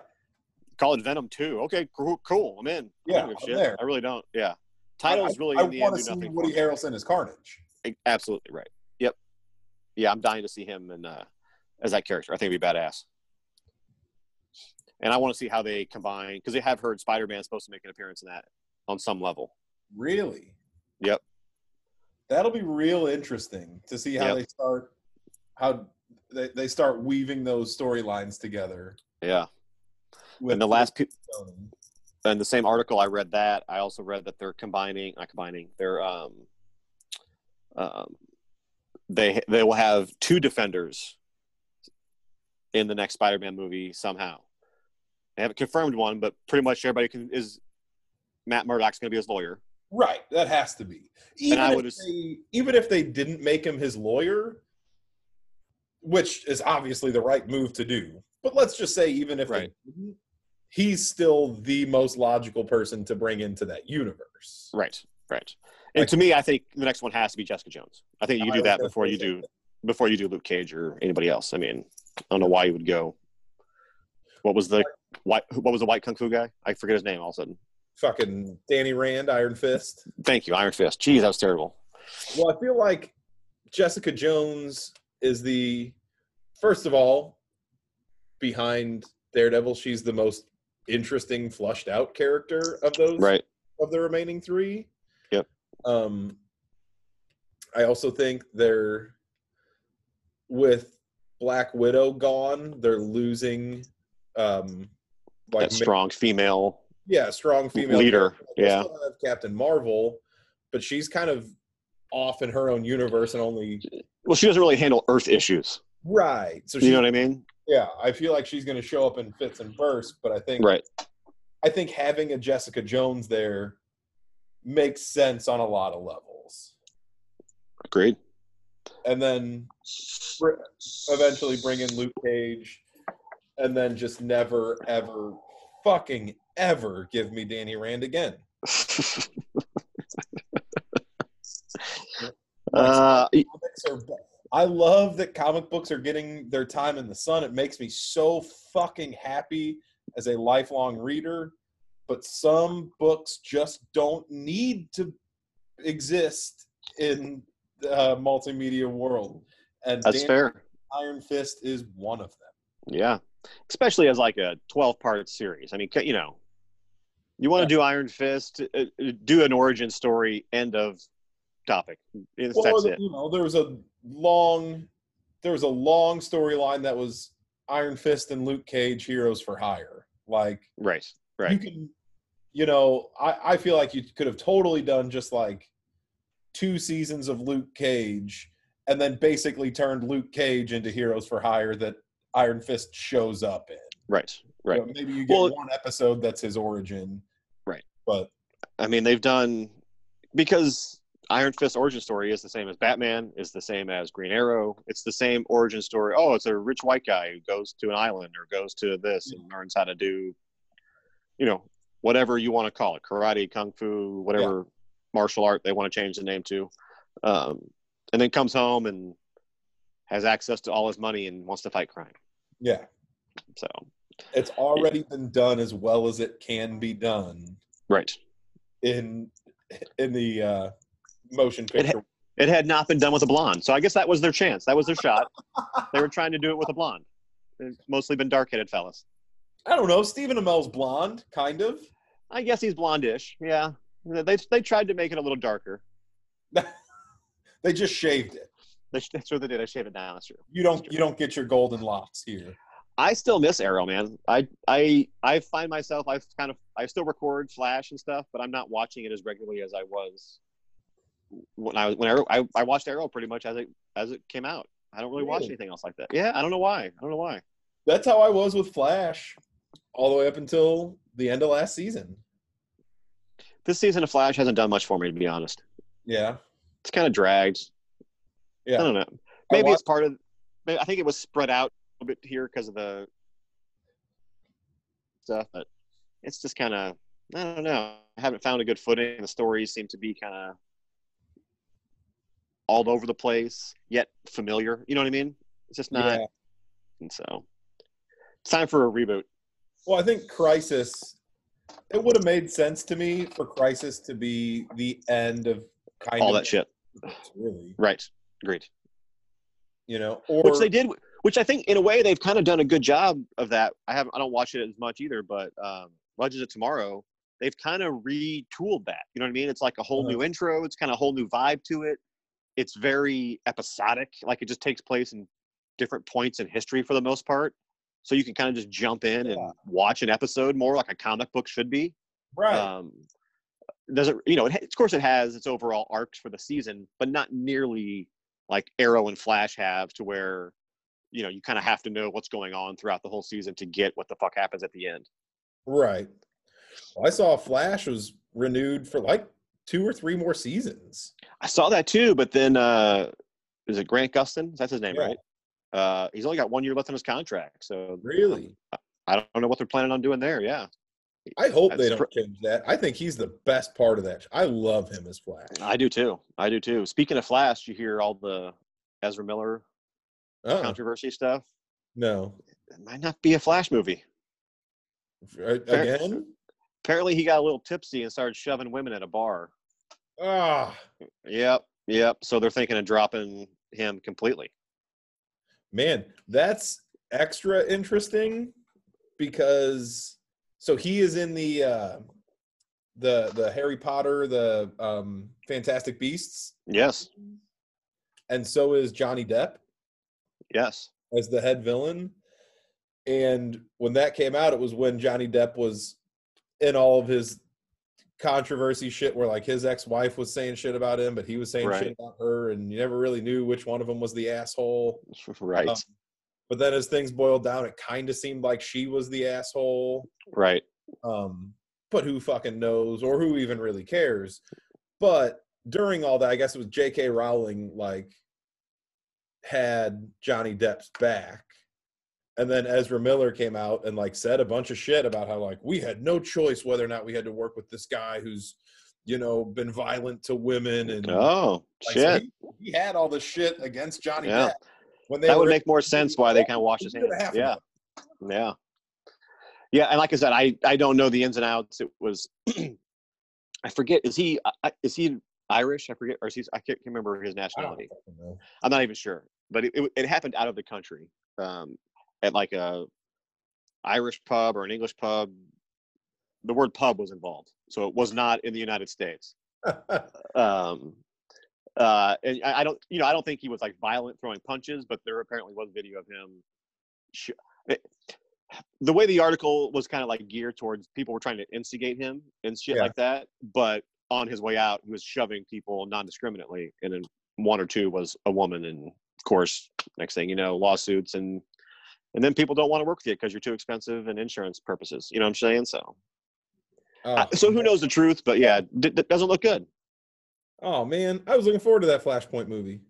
call it Venom Two. Okay, cool. cool. I'm in. Yeah, I, don't give a I'm shit. there. I really don't. Yeah, titles I- really I, in the want end do to see nothing. Woody for me. Harrelson as Carnage. Absolutely right. Yep. Yeah, I'm dying to see him and uh, as that character. I think it'd be badass. And I want to see how they combine because they have heard Spider Man's supposed to make an appearance in that on some level. Really? Yep. That'll be real interesting to see how Yep. they start how they, they start weaving those storylines together. Yeah. With And the last pe- Sony. in the same article I read that I also read that they're combining not combining they're um, um they they will have two defenders in the next Spider-Man movie somehow. They haven't confirmed one, but pretty much everybody can, is Matt Murdock's going to be his lawyer. Right, that has to be. Even I if would ass- they, even if they didn't make him his lawyer, which is obviously the right move to do. But let's just say, even if they Right. didn't, he's still the most logical person to bring into that universe. Right, right. And Like- to me, I think the next one has to be Jessica Jones. I think you I do was that gonna before you say do before you do Luke Cage or anybody else. I mean, I don't know why you would go. What was the white? What was the white kung fu guy? I forget his name all of a sudden. Fucking Danny Rand, Iron Fist. Thank you, Iron Fist. Jeez, that was terrible. Well, I feel like Jessica Jones is the first of all behind Daredevil. She's the most interesting, flushed out character of those. Right. of the remaining three. Yep. Um, I also think they're with Black Widow gone. They're losing, um, like that strong female yeah, strong female leader. character. They Yeah. still have Captain Marvel, but she's kind of off in her own universe and only Well, she doesn't really handle Earth issues. right. So she, You know what I mean? yeah, I feel like she's going to show up in fits and bursts, but I think Right. I think having a Jessica Jones there makes sense on a lot of levels. Agreed. and then br- eventually bring in Luke Cage, and then just never, ever, fucking ever give me Danny Rand again. uh, Comics are, I love that comic books are getting their time in the sun. It makes me so fucking happy as a lifelong reader, but some books just don't need to exist in the uh, multimedia world. And that's Danny fair. Iron Fist is one of them. Yeah. Especially as like a 12 part series. I mean, c- you know, you want to do Iron Fist, uh, uh, do an origin story, end of topic. It's- Well, that's it. you know, there was a long, there was a long storyline that was Iron Fist and Luke Cage, heroes for hire. Like Right. you Right. can, you know, I I feel like you could have totally done just like two seasons of Luke Cage, and then basically turned Luke Cage into heroes for hire that Iron Fist shows up in. Right. You Right. know, maybe you get Well- one episode that's his origin. Right. But I mean, they've done because Iron Fist origin story is the same as Batman, is the same as Green Arrow. It's the same origin story. Oh, it's a rich white guy who goes to an island or goes to this and learns how to do, you know, whatever you want to call it, karate, kung fu, whatever martial art they want to change the name to, um, and then comes home and has access to all his money and wants to fight crime. yeah, So it's already been done as well as it can be done. right, in in the uh, motion picture. it had not been done with a blonde, so I guess that was their chance. That was their shot. they were trying to do it with a blonde. It's mostly been dark-headed fellas. I don't know. Stephen Amell's blonde, kind of. I guess he's blondish. Yeah, they they tried to make it a little darker. They just shaved it. They, that's what they did. I shaved it down. That's true. You don't you don't get your golden locks here. I still miss Arrow, man. I I I find myself I've kind of I still record Flash and stuff, but I'm not watching it as regularly as I was when I was when Arrow, I I watched Arrow pretty much as it as it came out. I don't really watch Really? anything else like that. Yeah, I don't know why. I don't know why. That's how I was with Flash, all the way up until the end of last season. This season of Flash hasn't done much for me, to be honest. Yeah, It's kind of dragged. Yeah. I don't know. I Maybe wa- it's part of. Maybe, I think it was spread out a bit here because of the stuff, but it's just kind of. I don't know. I haven't found a good footing. The stories seem to be kind of all over the place, yet familiar. You know what I mean? It's just not. yeah. And so, it's time for a reboot. Well, I think Crisis. It would have made sense to me for Crisis to be the end of kind all of that shit. really, Right. Agreed. you know, or which they did which i think in a way they've kind of done a good job of that i haven't i don't watch it as much either but um legends of tomorrow they've kind of retooled that you know what i mean it's like a whole Uh-huh. new intro it's kind of a whole new vibe to it it's very episodic like it just takes place in different points in history for the most part so you can kind of just jump in Yeah. and watch an episode more like a comic book should be right. um, doesn't you know? It, ha- of course, it has its overall arcs for the season, but not nearly like Arrow and Flash have to where you know you kind of have to know what's going on throughout the whole season to get what the fuck happens at the end. Right. Well, I saw Flash was renewed for like two or three more seasons. I saw that too, but then uh, is it Grant Gustin? That's his name, Yeah. right? Uh, he's only got one year left on his contract, so Really? I don't know what they're planning on doing there. Yeah, I hope they That's don't change that. I think he's the best part of that. I love him as Flash. I do too. I do too. Speaking of Flash, you hear all the Ezra Miller Uh, controversy stuff. no. It might not be a Flash movie. Uh, Again? apparently he got a little tipsy and started shoving women at a bar. Ah, Yep, yep. So they're thinking of dropping him completely. man, that's extra interesting because so he is in the uh the the Harry Potter, the um Fantastic Beasts, Yes, and so is Johnny Depp. yes. as the head villain. And when that came out, it was when Johnny Depp was in all of his controversy shit, where like his ex wife was saying shit about him, but he was saying Right. shit about her, and you never really knew which one of them was the asshole. Right, Um, but then as things boiled down, it kind of seemed like she was the asshole. right. Um, but who fucking knows or who even really cares? But during all that, I guess it was J.K. Rowling like had Johnny Depp's back. And then Ezra Miller came out and like said a bunch of shit about how like we had no choice whether or not we had to work with this guy who's, you know, been violent to women and Oh like, so shit! he, he had all this shit against Johnny Yeah. Depp. When they That would were- make more sense why they kind of washed he his could have hands. half of Yeah, them. yeah, yeah. And like I said, I I don't know the ins and outs. It was I forget. Is he I- I- is he Irish? I forget, or is he? I can't remember his I don't nationality. fucking know. I'm not even sure, but it, it, it happened out of the country, um, at like a Irish pub or an English pub. The word pub was involved, so it was not in the United States. Um, Uh, and I, I don't, you know, I don't think he was like violent throwing punches, but there apparently was video of him. Sh- it- the way the article was kind of like geared towards people were trying to instigate him and shit Yeah. like that, but on his way out, he was shoving people non-discriminately, and then one or two was a woman, and of course, next thing you know, lawsuits and and then people don't want to work with you because you're too expensive and insurance purposes. You know what I'm saying? So, Oh, I- so who knows the truth? But yeah, d- d- doesn't look good. Oh man, I was looking forward to that Flashpoint movie.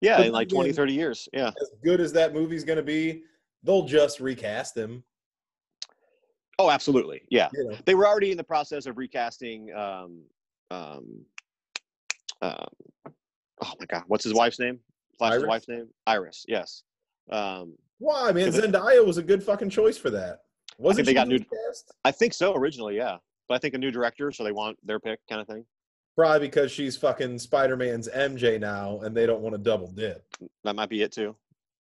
Yeah, But in like then 20, again- 30 years. Yeah. As good as that movie's gonna be, they'll just recast him. Oh, absolutely. Yeah. You know, They were already in the process of recasting. Um, um, um, oh my God, what's his wife's name? Flash's Iris? wife's name? Iris. Yes. Um, why man? Cause it- Zendaya was a good fucking choice for that. Wasn't they she got new- recast? I think so originally. Yeah, but I think a new director, so they want their pick, kind of thing. Probably because she's fucking Spider Man's MJ now, and they don't want to double dip. That might be it too.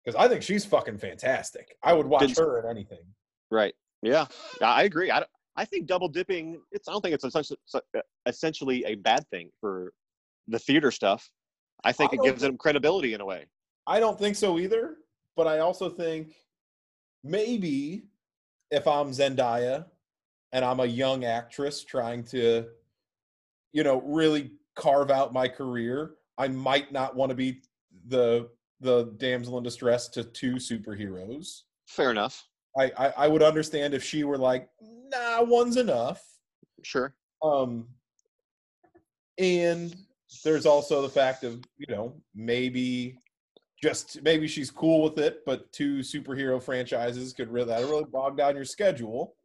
Because I think she's fucking fantastic. I would watch Did- her in anything. Right. Yeah, I I agree. I, don't- I think double dipping. It's. I don't think it's essentially, essentially a bad thing for the theater stuff. I think I it don't gives them credibility in a way. I don't think so either. But I also think maybe if I'm Zendaya and I'm a young actress trying to, you know, really carve out my career, I might not want to be the the damsel in distress to two superheroes. Fair enough. I, I I would understand if she were like, nah, one's enough. Sure. Um, and there's also the fact of you know maybe just maybe she's cool with it, but two superhero franchises could really that really bog down your schedule,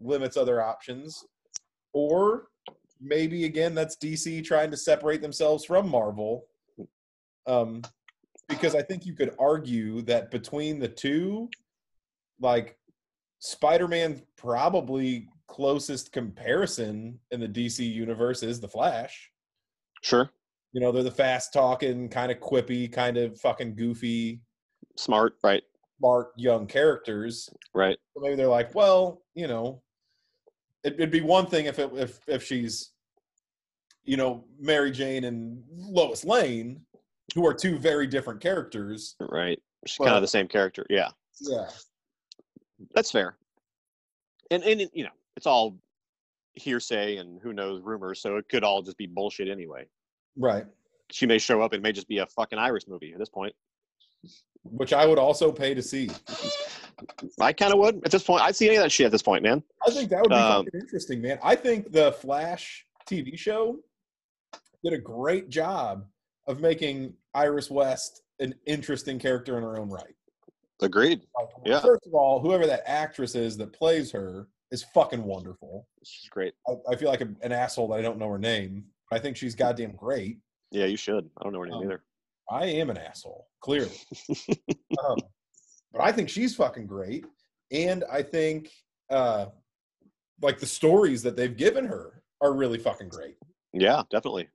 limits other options, or maybe again that's DC trying to separate themselves from Marvel. Um, because I think you could argue that between the two, like Spider-Man's probably closest comparison in the DC universe is the Flash. Sure. You know, they're the fast talking, kind of quippy, kind of fucking goofy, Smart. Right. smart young characters. Right. So maybe they're like, well, you know, it, it'd be one thing if it, if if she's, you know, Mary Jane and Lois Lane, who are two very different characters. Right. She's Well- kind of the same character. Yeah. Yeah, That's fair. And and you know, it's all hearsay and who knows rumors, so it could all just be bullshit anyway. right. She may show up, it may just be a fucking Iris movie at this point. Which I would also pay to see. I kinda would at this point. I'd see any of that shit at this point, man. I think that would be Um, fucking interesting, man. I think the Flash TV show did a great job of making Iris West an interesting character in her own right. Agreed. Like, Yeah. First of all, whoever that actress is that plays her is fucking wonderful. She's great. I, I feel like a, an asshole that I don't know her name. I think she's goddamn great. Yeah, you should. I don't know her name Um, either. I am an asshole, clearly. um, but I think she's fucking great, and I think uh, like the stories that they've given her are really fucking great. Yeah, definitely.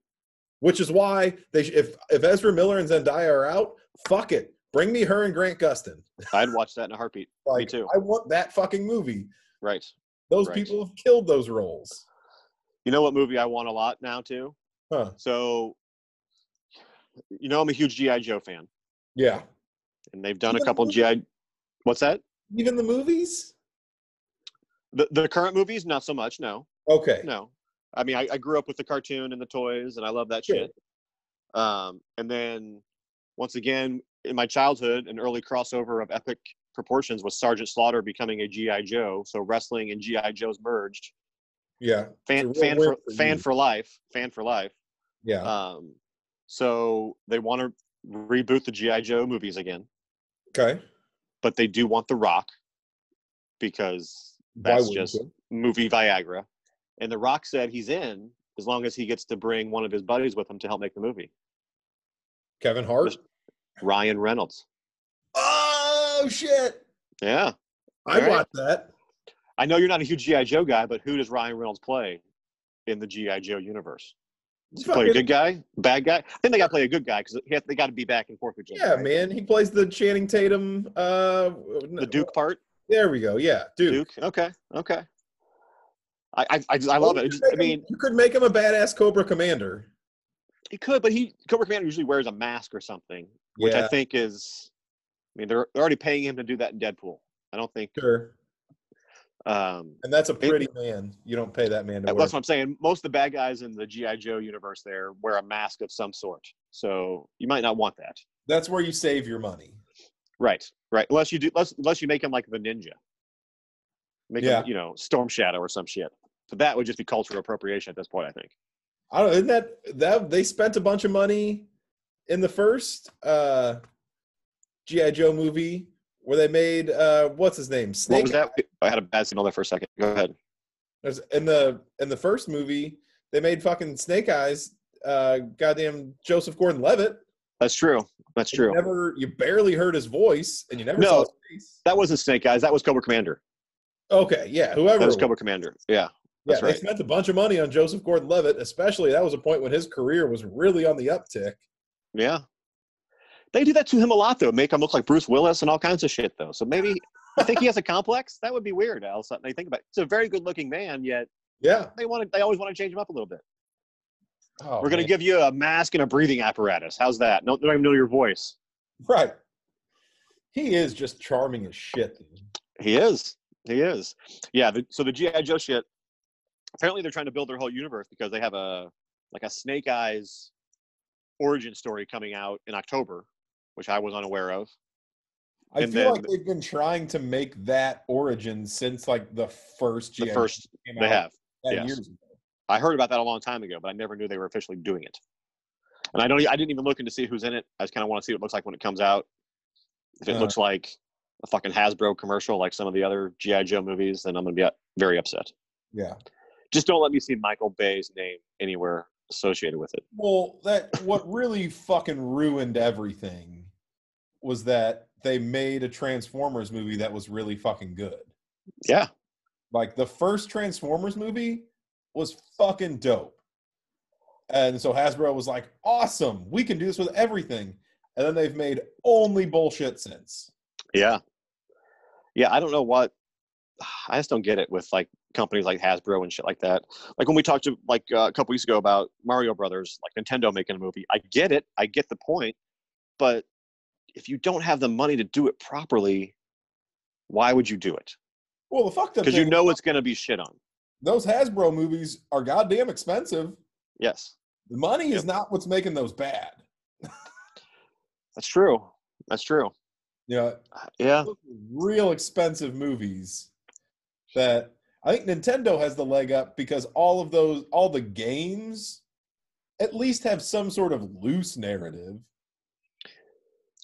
Which is why they sh- if if Ezra Miller and Zendaya are out, fuck it, bring me her and Grant Gustin. I'd watch that in a heartbeat. Like, too. I want that fucking movie. Right. Those Right. people have killed those roles. You know what movie I want a lot now too? Huh? So you know I'm a huge G.I. Joe fan. Yeah. and they've done a Even couple the GI. What's that? Even the movies. The the current movies, not so much. No, Okay. no. I mean, I, I grew up with the cartoon and the toys, and I love that Sure. shit. Um, and then once again, in my childhood, an early crossover of epic proportions was Sergeant Slaughter becoming a GI Joe. So wrestling and GI Joes merged. Yeah. Fan It's a real fan win for, for you. fan for life. Fan for life. Yeah. Um, so they want to reboot the GI Joe movies again, okay. but they do want The Rock because Why that's wouldn't just- you? movie Viagra, and The Rock said he's in as long as he gets to bring one of his buddies with him to help make the movie. Kevin Hart. Ryan Reynolds. Oh shit! Yeah, I All right. watched that. I know you're not a huge GI Joe guy, but who does Ryan Reynolds play in the GI Joe universe? Does he play a Fucking- good guy, bad guy? I think they got to play a good guy because they got to be back and forth with Jim. Yeah, right? man. He plays the Channing Tatum. Uh, The Duke part, There we go. Yeah, Duke. Duke. Okay, okay. I I, I, just- I love it. You It could just- make I him- mean, you could make him a badass Cobra Commander. He could, but he Cobra Commander usually wears a mask or something, which I Yeah. think is. I mean, they're, they're already paying him to do that in Deadpool. I don't think. Sure. Um, And that's a Maybe- pretty man. You don't pay that man to that's work. what I'm saying. Most of the bad guys in the GI Joe universe there wear a mask of some sort, so you might not want that. That's where you save your money. Right, right. Unless you do, unless, unless you make him like the ninja, make Yeah. him you know Storm Shadow or some shit. But that would just be cultural appropriation at this point, I think. I don't. Isn't that that they spent a bunch of money in the first uh, GI Joe movie where they made uh, what's his name What Snake was that? I had a bad signal there for a second. Go ahead. There's, in the in the first movie, they made fucking Snake Eyes, uh, goddamn Joseph Gordon-Levitt. That's true. That's You true. never, you barely heard his voice, and you never No. saw his face. That wasn't Snake Eyes. That was Cobra Commander. Okay, yeah, whoever. That was it was. Cobra Commander. Yeah. yeah, that's they right. spent a bunch of money on Joseph Gordon-Levitt, especially that was a point when his career was really on the uptick. Yeah. They do that to him a lot, though. Make him look like Bruce Willis and all kinds of shit, though. So maybe I think he has a complex. That would be weird. All of a sudden, they think about. It's a very good-looking man, yet Yeah, they want to. They always want to change him up a little bit. oh, We're gonna man. give you a mask and a breathing apparatus. How's that? No, they don't even know your voice. right. He is just charming as shit. Dude. He is. He is. Yeah. The, so the GI Joe shit. Apparently, they're trying to build their whole universe because they have a like a Snake Eyes origin story coming out in October, which I was unaware of. I And feel then- like they've been trying to make that origin since like the first The GI first came they out have. 10 yes. years ago. I heard about that a long time ago, but I never knew they were officially doing it. And I don't. e- I didn't even look into see who's in it. I just kind of want to see what it looks like when it comes out. If it Uh. looks like a fucking Hasbro commercial, like some of the other GI Joe movies, then I'm gonna be uh, very upset. Yeah. Just don't let me see Michael Bay's name anywhere associated with it. Well, that what really fucking ruined everything was that they made a Transformers movie that was really fucking good. Yeah, Like the first Transformers movie was fucking dope. And so Hasbro was like, "Awesome, we can do this with everything." And then they've made only bullshit since. yeah, yeah. I don't know what. I just don't get it with like companies like Hasbro and shit like that. Like when we talked to like uh, a couple weeks ago about Mario Brothers, like Nintendo making a movie. I get it. I get the point. But if you don't have the money to do it properly, why would you do it? Well, the fucked up Because you thing- know it's going to be shit on. those Hasbro movies are goddamn expensive. Yes, The money Yep. is not what's making those bad. that's true. That's true. You know, Yeah. real expensive movies that I think Nintendo has the leg up because all of those, all the games at least have some sort of loose narrative.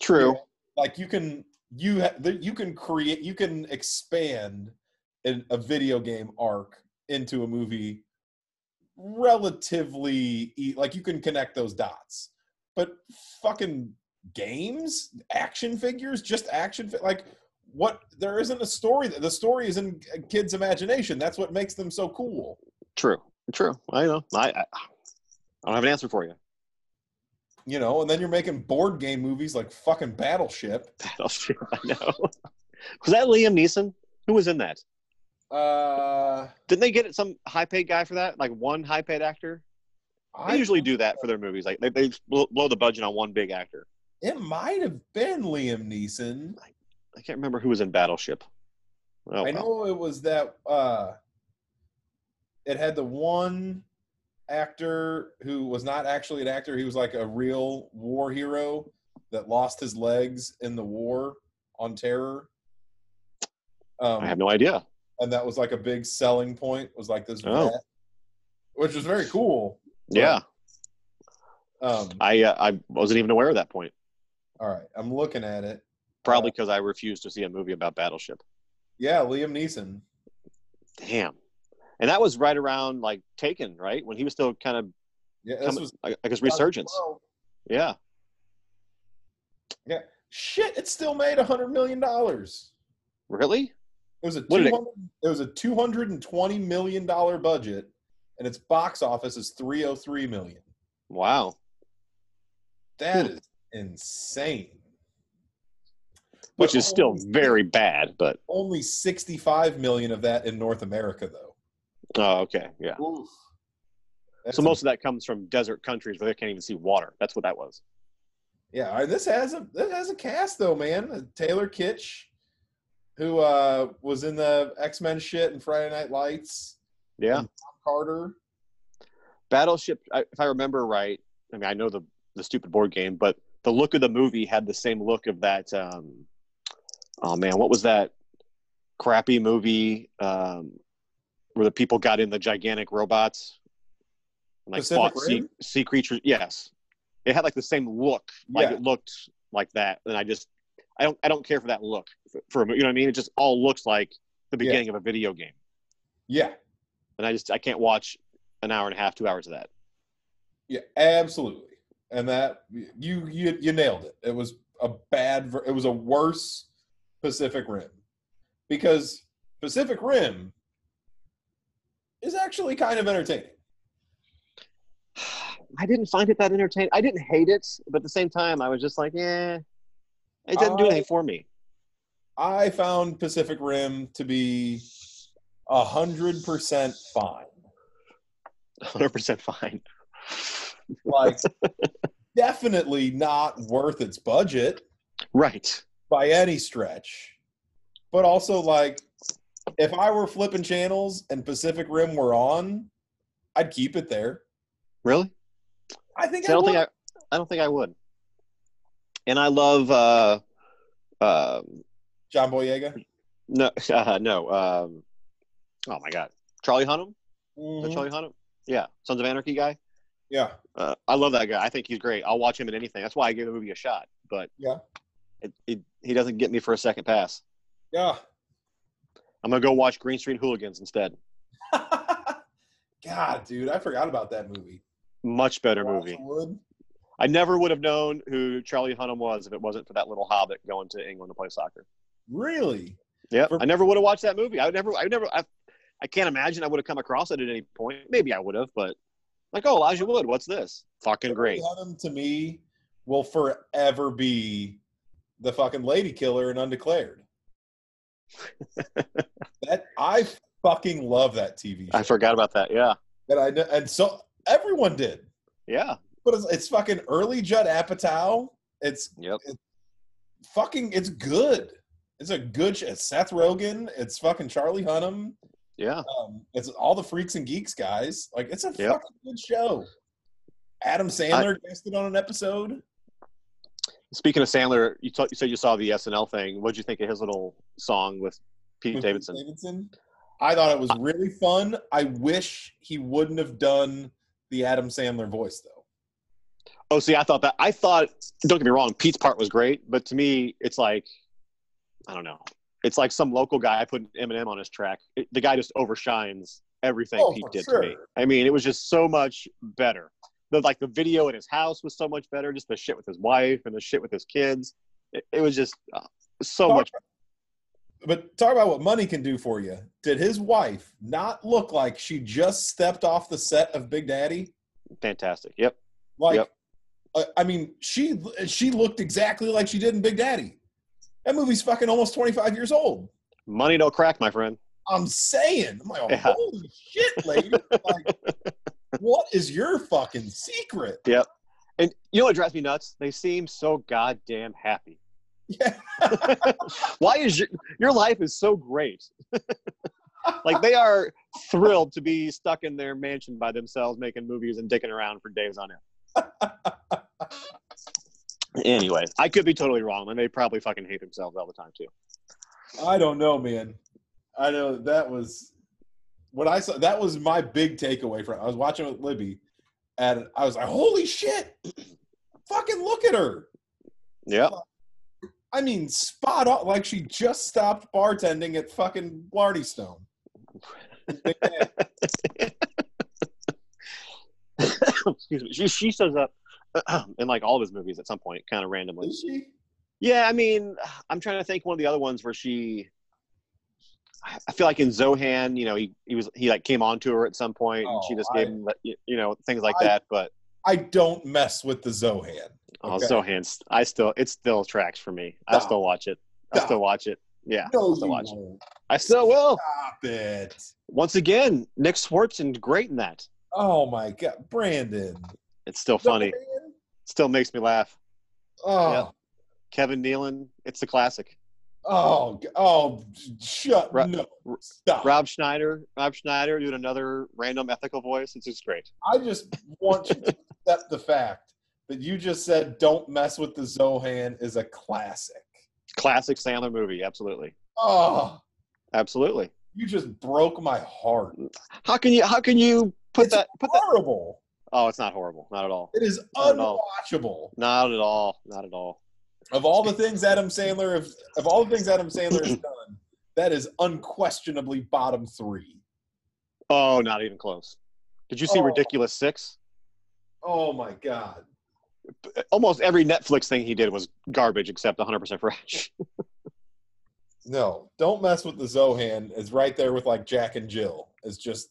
True. Like you can, you, ha- th- you can create, you can expand an, a video game arc into a movie relatively, e- like you can connect those dots. But fucking games, action figures, just action, fi- like what there isn't a story the story is in a kids imagination that's what makes them so cool True. True. I know. I, I, I don't have an answer for you. you know and then you're making board game movies like fucking battleship Battleship. I know. was that Liam Neeson? Who was in that? uh Didn't they get some high-paid guy for that? Like one high-paid actor? They I, usually do that for their movies. Like they, they just blow blow the budget on one big actor. it might have been liam neeson I can't remember who was in Battleship. Oh, i well. know it was that uh it had the one actor who was not actually an actor he was like a real war hero that lost his legs in the war on terror um, I have no idea. and that was like a big selling point was like this Oh. vet, which was very cool Yeah, um I uh, I wasn't even aware of that point. all right i'm looking at it Probably because I refused to see a movie about Battleship. yeah liam neeson Damn. And that was right around like Taken, right? When he was still kind of yeah this coming, was like like his resurgence. 2012. Yeah. shit it still made a hundred million dollars Really? it was a What did it- 200, it was a 220 million dollar budget and its box office is 303 million Wow. that Hmm. is insane Which But is still only- very bad, but only 65 million of that in north america though oh, okay, yeah. That's so most of that comes from desert countries where they can't even see water. That's what that was. Yeah, and this has a this has a cast though, man. Uh, Taylor Kitsch, who uh, was in the X Men shit and Friday Night Lights. Yeah. Carter. Battleship, I- if I remember right, I mean, I know the the stupid board game, but the look of the movie had the same look of that. Um, oh man, what was that crappy movie um, where the people got in the gigantic robots? and, Like Pacific fought sea, Rim? sea creatures. Yes, it had like the same look. Like Yeah. it looked like that, and I just, I don't, I don't care for that look for, for a mo- you know what I mean. It just all looks like the Yeah. beginning of a video game, Yeah, and I just, I can't watch an hour and a half, two hours of that. yeah, absolutely. And that you you you nailed it. It was a bad. ver- It was a worse Pacific Rim because Pacific Rim is actually kind of entertaining. I didn't find it that entertaining. I didn't hate it, but at the same time, I was just like, eh, it doesn't do I- anything for me. I found Pacific Rim to be a hundred percent fine. 100% fine. Like definitely not worth its budget. Right. by any stretch. But also, like, if I were flipping channels and Pacific Rim were on, I'd keep it there. Really? I think See, I I don't would. think I, I don't think I would. And I love, uh, uh, John Boyega. no, uh, no, um, oh my God. Charlie Hunnam? Is that Mhm. Charlie Hunnam? Yeah. Sons of Anarchy guy. Yeah, Uh, I love that guy. I think he's great. I'll watch him in anything. That's why I gave the movie a shot, but Yeah. it, it, he doesn't get me for a second pass. yeah. I'm going to go watch Green Street Hooligans instead. God, dude, I forgot about that movie. Much better movie. Wood. I never would have known who Charlie Hunnam was if it wasn't for that little hobbit going to England to play soccer. Really? Yeah, For- I never would have watched that movie. I would never, I would never, I, I can't imagine I would have come across it at any point. Maybe I would have, but like, oh, Elijah Wood, what's this? Fucking great. Hunnam to me will forever be the fucking lady killer and undeclared. that I fucking love that TV show. I forgot about that. Yeah, And I kn- and so everyone did. yeah, But it's, it's fucking early Judd Apatow. It's yep. fucking it's good. It's a good. Sh- it's Seth Rogen. It's fucking Charlie Hunnam. Yeah, Um, it's all the freaks and geeks guys. Like it's a Yep. fucking good show. Adam Sandler guested on an episode. Speaking of Sandler, you, t- you said you saw the SNL thing. What'd you think of his little song with Pete with Davidson? Davidson. I thought it was really fun. I wish he wouldn't have done the Adam Sandler voice though. Oh, see, I thought that. I thought. Don't get me wrong. Pete's part was great, but to me, it's like, I don't know. It's like some local guy put Eminem on his track. It, the guy just overshines everything Oh, Pete for did to me. sure. I mean, it was just so much better. The like the video in his house was so much better. Just the shit with his wife and the shit with his kids. It, it was just uh, so Talk- much. But talk about what money can do for you. Did his wife not look like she just stepped off the set of Big Daddy? Fantastic. Yep. Like, Yep. uh, I mean, she she looked exactly like she did in Big Daddy. That movie's fucking almost twenty five years old. Money don't crack, my friend. I'm saying, I'm like, Yeah. holy shit, lady! like, what is your fucking secret? And you know what drives me nuts? They seem so goddamn happy. Yeah. Why is your your life is so great? like they are thrilled to be stuck in their mansion by themselves, making movies and dicking around for days on end. anyway, I could be totally wrong, and they probably fucking hate themselves all the time too. I don't know, man. I know that was what I saw. That was my big takeaway from. I was watching with Libby, and I was like, "Holy shit! Fucking look at her! Yeah, I mean, spot on. Like she just stopped bartending at fucking Blarney Stone." excuse me. She, she shows up in like all of his movies at some point, kind of randomly. Is she? Yeah, I mean, I'm trying to think one of the other ones where she. I I feel like in Zohan, you know, he, he was he like came on to her at some point, and she Oh, just I- gave him like, y- you know things like I- that. But I don't mess with the Zohan. oh, Okay. Zohan's I still it still tracks for me. I Stop. still watch it. I Stop. still watch it. Yeah, No, I'll still you watch it. won't. I still will. Stop it. Once again, Nick Swartzen great in that. Oh my god, Brandon. It's still funny. Brandon? Still makes me laugh. Oh, Yeah. Kevin Nealon, it's the classic. oh, g- oh, shut Ro- no. Ro- Stop. Rob Schneider, Rob Schneider doing another random ethical voice. It's just great. I just want you to accept the fact that you just said don't mess with the Zohan is a classic. Classic Sandler movie. Absolutely. Oh, Absolutely. you just broke my heart. How can you? How can you put It's that? Put that? horrible. Oh, it's not horrible. Not at all. It is I know. unwatchable. Not at all. Not at all. Of all the things Adam Sandler of, of all the things Adam Sandler has done, that is unquestionably bottom three. Oh, not even close. Did you see Oh. Ridiculous Six? Oh my god. Almost every Netflix thing he did was garbage, except 100% Fresh. No, don't mess with the Zohan. Is right there with like Jack and Jill. It's just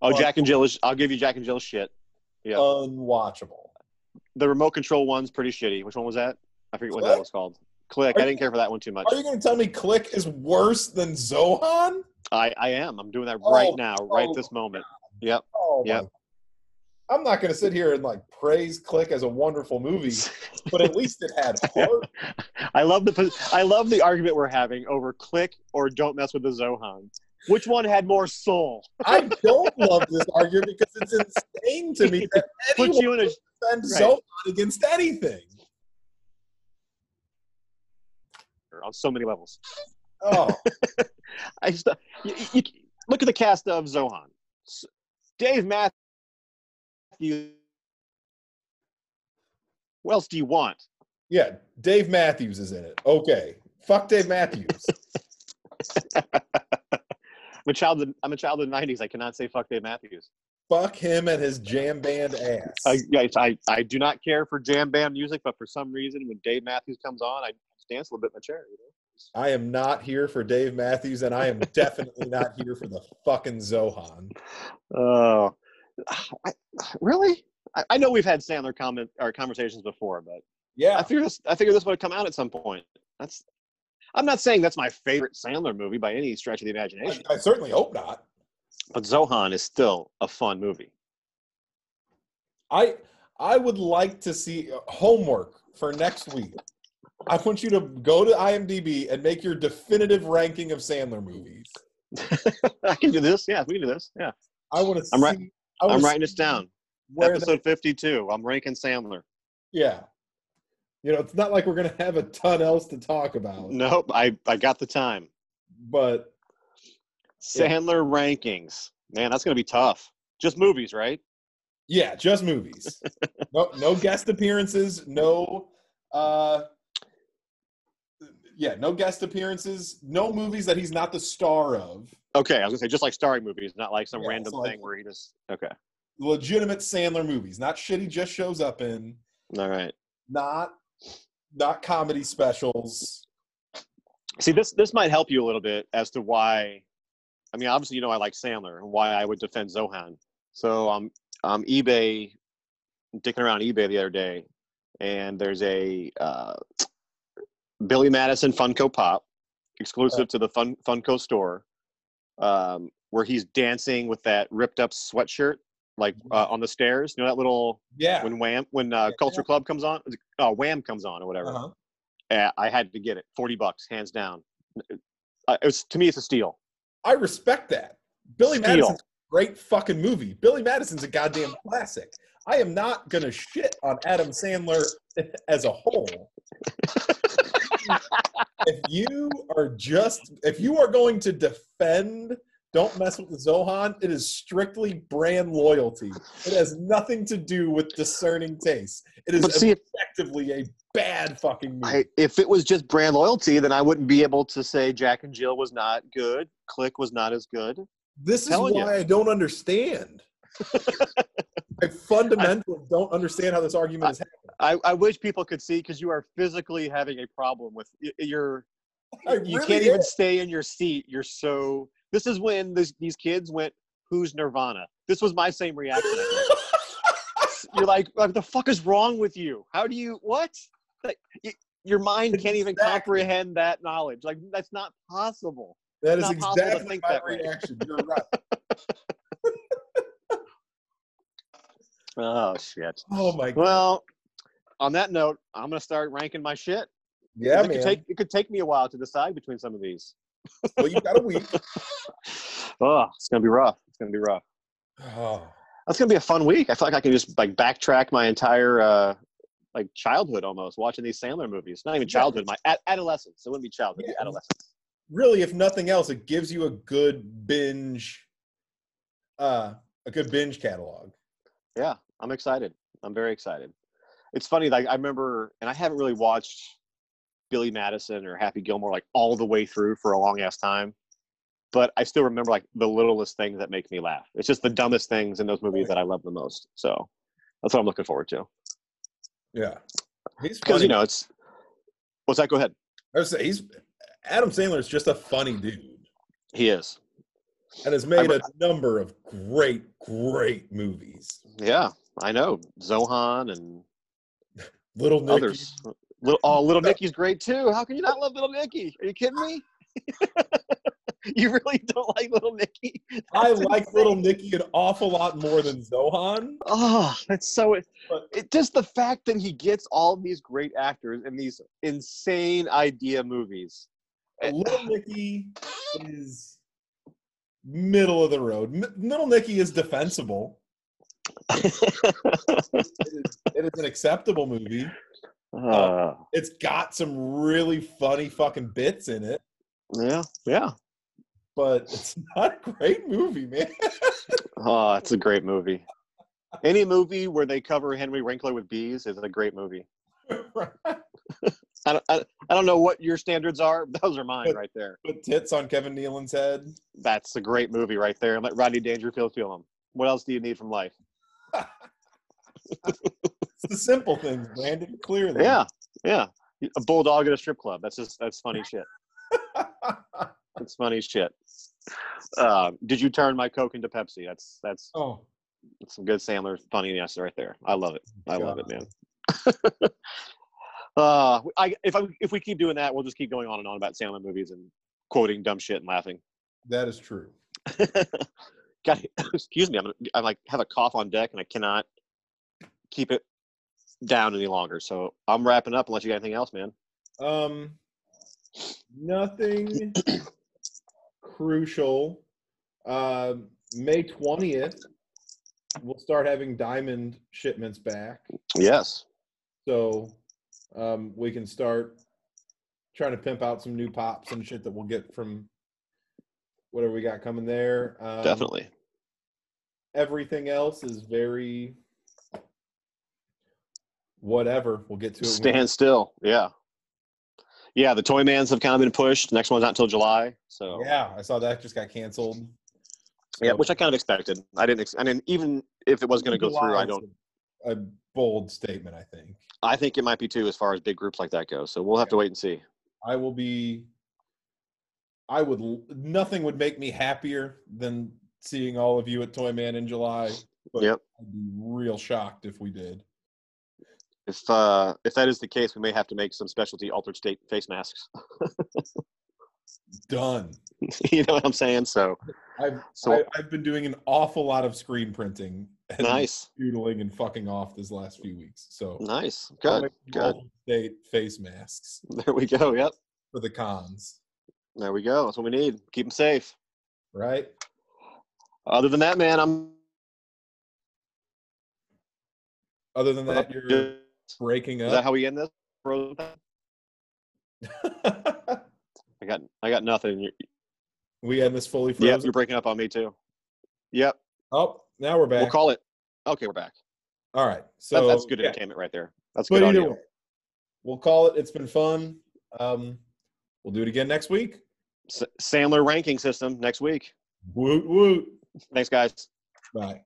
Oh, Well- Jack and Jill is. I'll give you Jack and Jill shit. Yeah. unwatchable. The remote control one's pretty shitty. Which one was that? I forget what that Click? was called. Click. Are I you- didn't care for that one too much. Are you going to tell me Click is worse than Zohan? I, I am. I'm doing that Oh, right now, right oh. this moment. Yep. Oh Yep. my. I'm not going to sit here and like praise Click as a wonderful movie, but at least it had heart. I love the pos- I love the argument we're having over click or don't mess with the Zohan. Which one had more soul? I don't love this argument because it's insane to me that Put anyone you in a defend right. Zohan against anything. on so many levels. Oh, I just, you, you, look at the cast of Zohan. S- Dave Matthews. What else do you want? yeah. Dave Matthews is in it. Okay. Fuck Dave Matthews. I'm a child. Of, I'm a child of the '90s. I cannot say fuck Dave Matthews. Fuck him and his jam band ass. I, I, I, I do not care for jam band music, but for some reason, when Dave Matthews comes on, I just dance a little bit in my chair. You know? I am not here for Dave Matthews, and I am definitely not here for the fucking Zohan. Oh, I, really? I, I know we've had Sandler comment or conversations before, but I Yeah, figure this I figure this would come out at some point. That's I'm not saying that's my favorite Sandler movie by any stretch of the I, imagination, I certainly hope not. but Zohan is still a fun movie. I I would like to see homework for next week. I want you to go to IMDb and make your definitive ranking of Sandler movies. I can do this. Yeah, we can do this. Yeah, I want to see. I'm right- I wanna I'm see writing this down. Where that- Episode 52. I'm ranking Sandler. yeah, you know, it's not like we're gonna have a ton else to talk about, Nope, I I got the time. but Sandler rankings. Man, that's gonna be tough. Just movies, right? yeah, just movies. no, no guest appearances. No. uh yeah, no guest appearances, no movies that he's not the star of. Okay, I was gonna say just like starring movies, not like some Yeah, random so like- thing where he just okay. Legitimate Sandler movies, not shit he just shows up in. All right. not not comedy specials. See, this this might help you a little bit as to why. I mean, obviously, you know, I like Sandler and why I would defend Zohan. So I'm um, eBay, dicking around eBay the other day, and there's a uh, Billy Madison Funko Pop, Uh. exclusive to the Fun Funko store, um, where he's dancing with that ripped up sweatshirt, like uh, on the stairs. You know that little Mm-hmm. Yeah. when Wham when uh, Culture Club comes on, uh, Wham comes on or whatever. Uh-huh. Uh, I had to get it. Forty bucks, hands down. Uh, it was to me, it's a steal. I respect that. Billy Steal. Madison's a great fucking movie. Billy Madison's a goddamn classic. I am not gonna shit on Adam Sandler as a whole. if you are just if you are going to defend don't mess with the Zohan. It is strictly brand loyalty. It has nothing to do with discerning taste. It is But see, if, effectively a bad fucking movie. I, if it was just brand loyalty, then I wouldn't be able to say Jack and Jill was not good. Click was not as good. This is why Telling ya. I don't understand. I fundamentally don't understand how this argument is I, I wish people could see because you are physically having a problem with y- your. happening. I You really can't even am. stay in your seat. You're so. This is when this, these kids went, "Who's Nirvana?" This was my same reaction. I think. you're like, what the fuck is wrong with you? How do you what? Like, y- your mind can't even Exactly. comprehend that knowledge. Like that's not possible. that is It's not possible to exactly think my that way. reaction. You're right. Oh shit. Oh my god. Well, on that note, I'm gonna start ranking my shit. yeah, it man. could take it could take me a while to decide between some of these. well, you got a week. Oh, it's gonna be rough. It's gonna be rough. Oh, That's gonna be a fun week. I feel like I can just like backtrack my entire uh like childhood almost watching these Sandler movies. Not even Yeah. childhood, my ad- adolescence. It wouldn't be childhood, it'd be Yeah. adolescence. really? If nothing else, it gives you a good binge. Uh, a good binge catalog. Yeah, I'm excited. I'm very excited. It's funny, like I remember, and I haven't really watched Billy Madison or Happy Gilmore like all the way through for a long ass time, but I still remember like the littlest things that make me laugh. It's just the dumbest things in those movies yeah. that I love the most. So that's what I'm looking forward to Yeah, he's because funny. you know it's. What's that? Go ahead. I would say he's Adam Sandler is just a funny dude, He is. and has made a number of great, great movies. Yeah, I know Zohan and Little Nicky. others. Little, oh, Little Nicky's great too. How can you not love Little Nicky? Are you kidding me? you really don't like Little Nicky? I That's like insane. Little Nicky an awful lot more than Zohan. Oh, that's so. It, But- just the fact that he gets all these great actors in these insane idea movies. It- Little Nicky is middle of the road. M- Little Nicky is defensible. It is, it is an acceptable movie. Uh-huh. Uh, It's got some really funny fucking bits in it, yeah, yeah. but it's not a great movie, man. Oh, it's a great movie. Any movie where they cover Henry Winkler with bees is a great movie. Put I don't, I, I don't know what your standards are. but Those are mine right there. tits on Kevin Nealon's head. That's a great movie right there. Let Rodney Dangerfield feel him. What else do you need from life? It's the simple things, Brandon. Clearly, Yeah, yeah. A bulldog at a strip club. That's just that's funny shit. That's funny shit. Um, did you turn my Coke into Pepsi? That's that's, oh, that's some good Sandler funniness right there. I love it. I love it, man. uh, I, if I, if we keep doing that, we'll just keep going on and on about Sandler movies and quoting dumb shit and laughing. that is true. God, excuse me. I'm, I'm like have a cough on deck and I cannot keep it down any longer. So I'm wrapping up unless you got anything else, man. Um, nothing crucial. Um, May twentieth, we'll start having diamond shipments back, Yes. so um, we can start trying to pimp out some new pops and shit that we'll get from whatever we got coming there. Um, Definitely. Everything else is very whatever. We'll get to it. when- Stand still. Yeah. Yeah, the Toy Mans have kind of been pushed. Next one's not until July. So Yeah, I saw that just got canceled. Yeah, So- which I kind of expected. I didn't. Ex- I mean, even if it was going to go through, I don't. A bold statement, I think. I think it might be too, as far as big groups like that go. So we'll have to wait and see. I will be. I would. l- Nothing would make me happier than seeing all of you at Toy Man in July. But Yep. I'd be real shocked if we did. If uh, if that is the case, we may have to make some specialty altered state face masks. Done. you know what I'm saying? So I've So- I, I've been doing an awful lot of screen printing and nice, doodling and fucking off this last few weeks. So nice, I'll good, make good. state face masks There we go. Yep, for the cons, there we go. That's what we need. Keep them safe. right? Other than that, man, I'm Other than that, you're Is breaking that up. how we end this? I got I got nothing. You're, we end this fully yeah, frozen. you're breaking up on me too. Yep, Oh, now we're back. we'll call it. Okay, we're back. All right. So That- that's good yeah, entertainment right there. That's But good either audio. way, we'll call it. It's been fun. Um, we'll do it again next week. S- Sandler ranking system next week. Woot woot. Thanks, guys. Bye.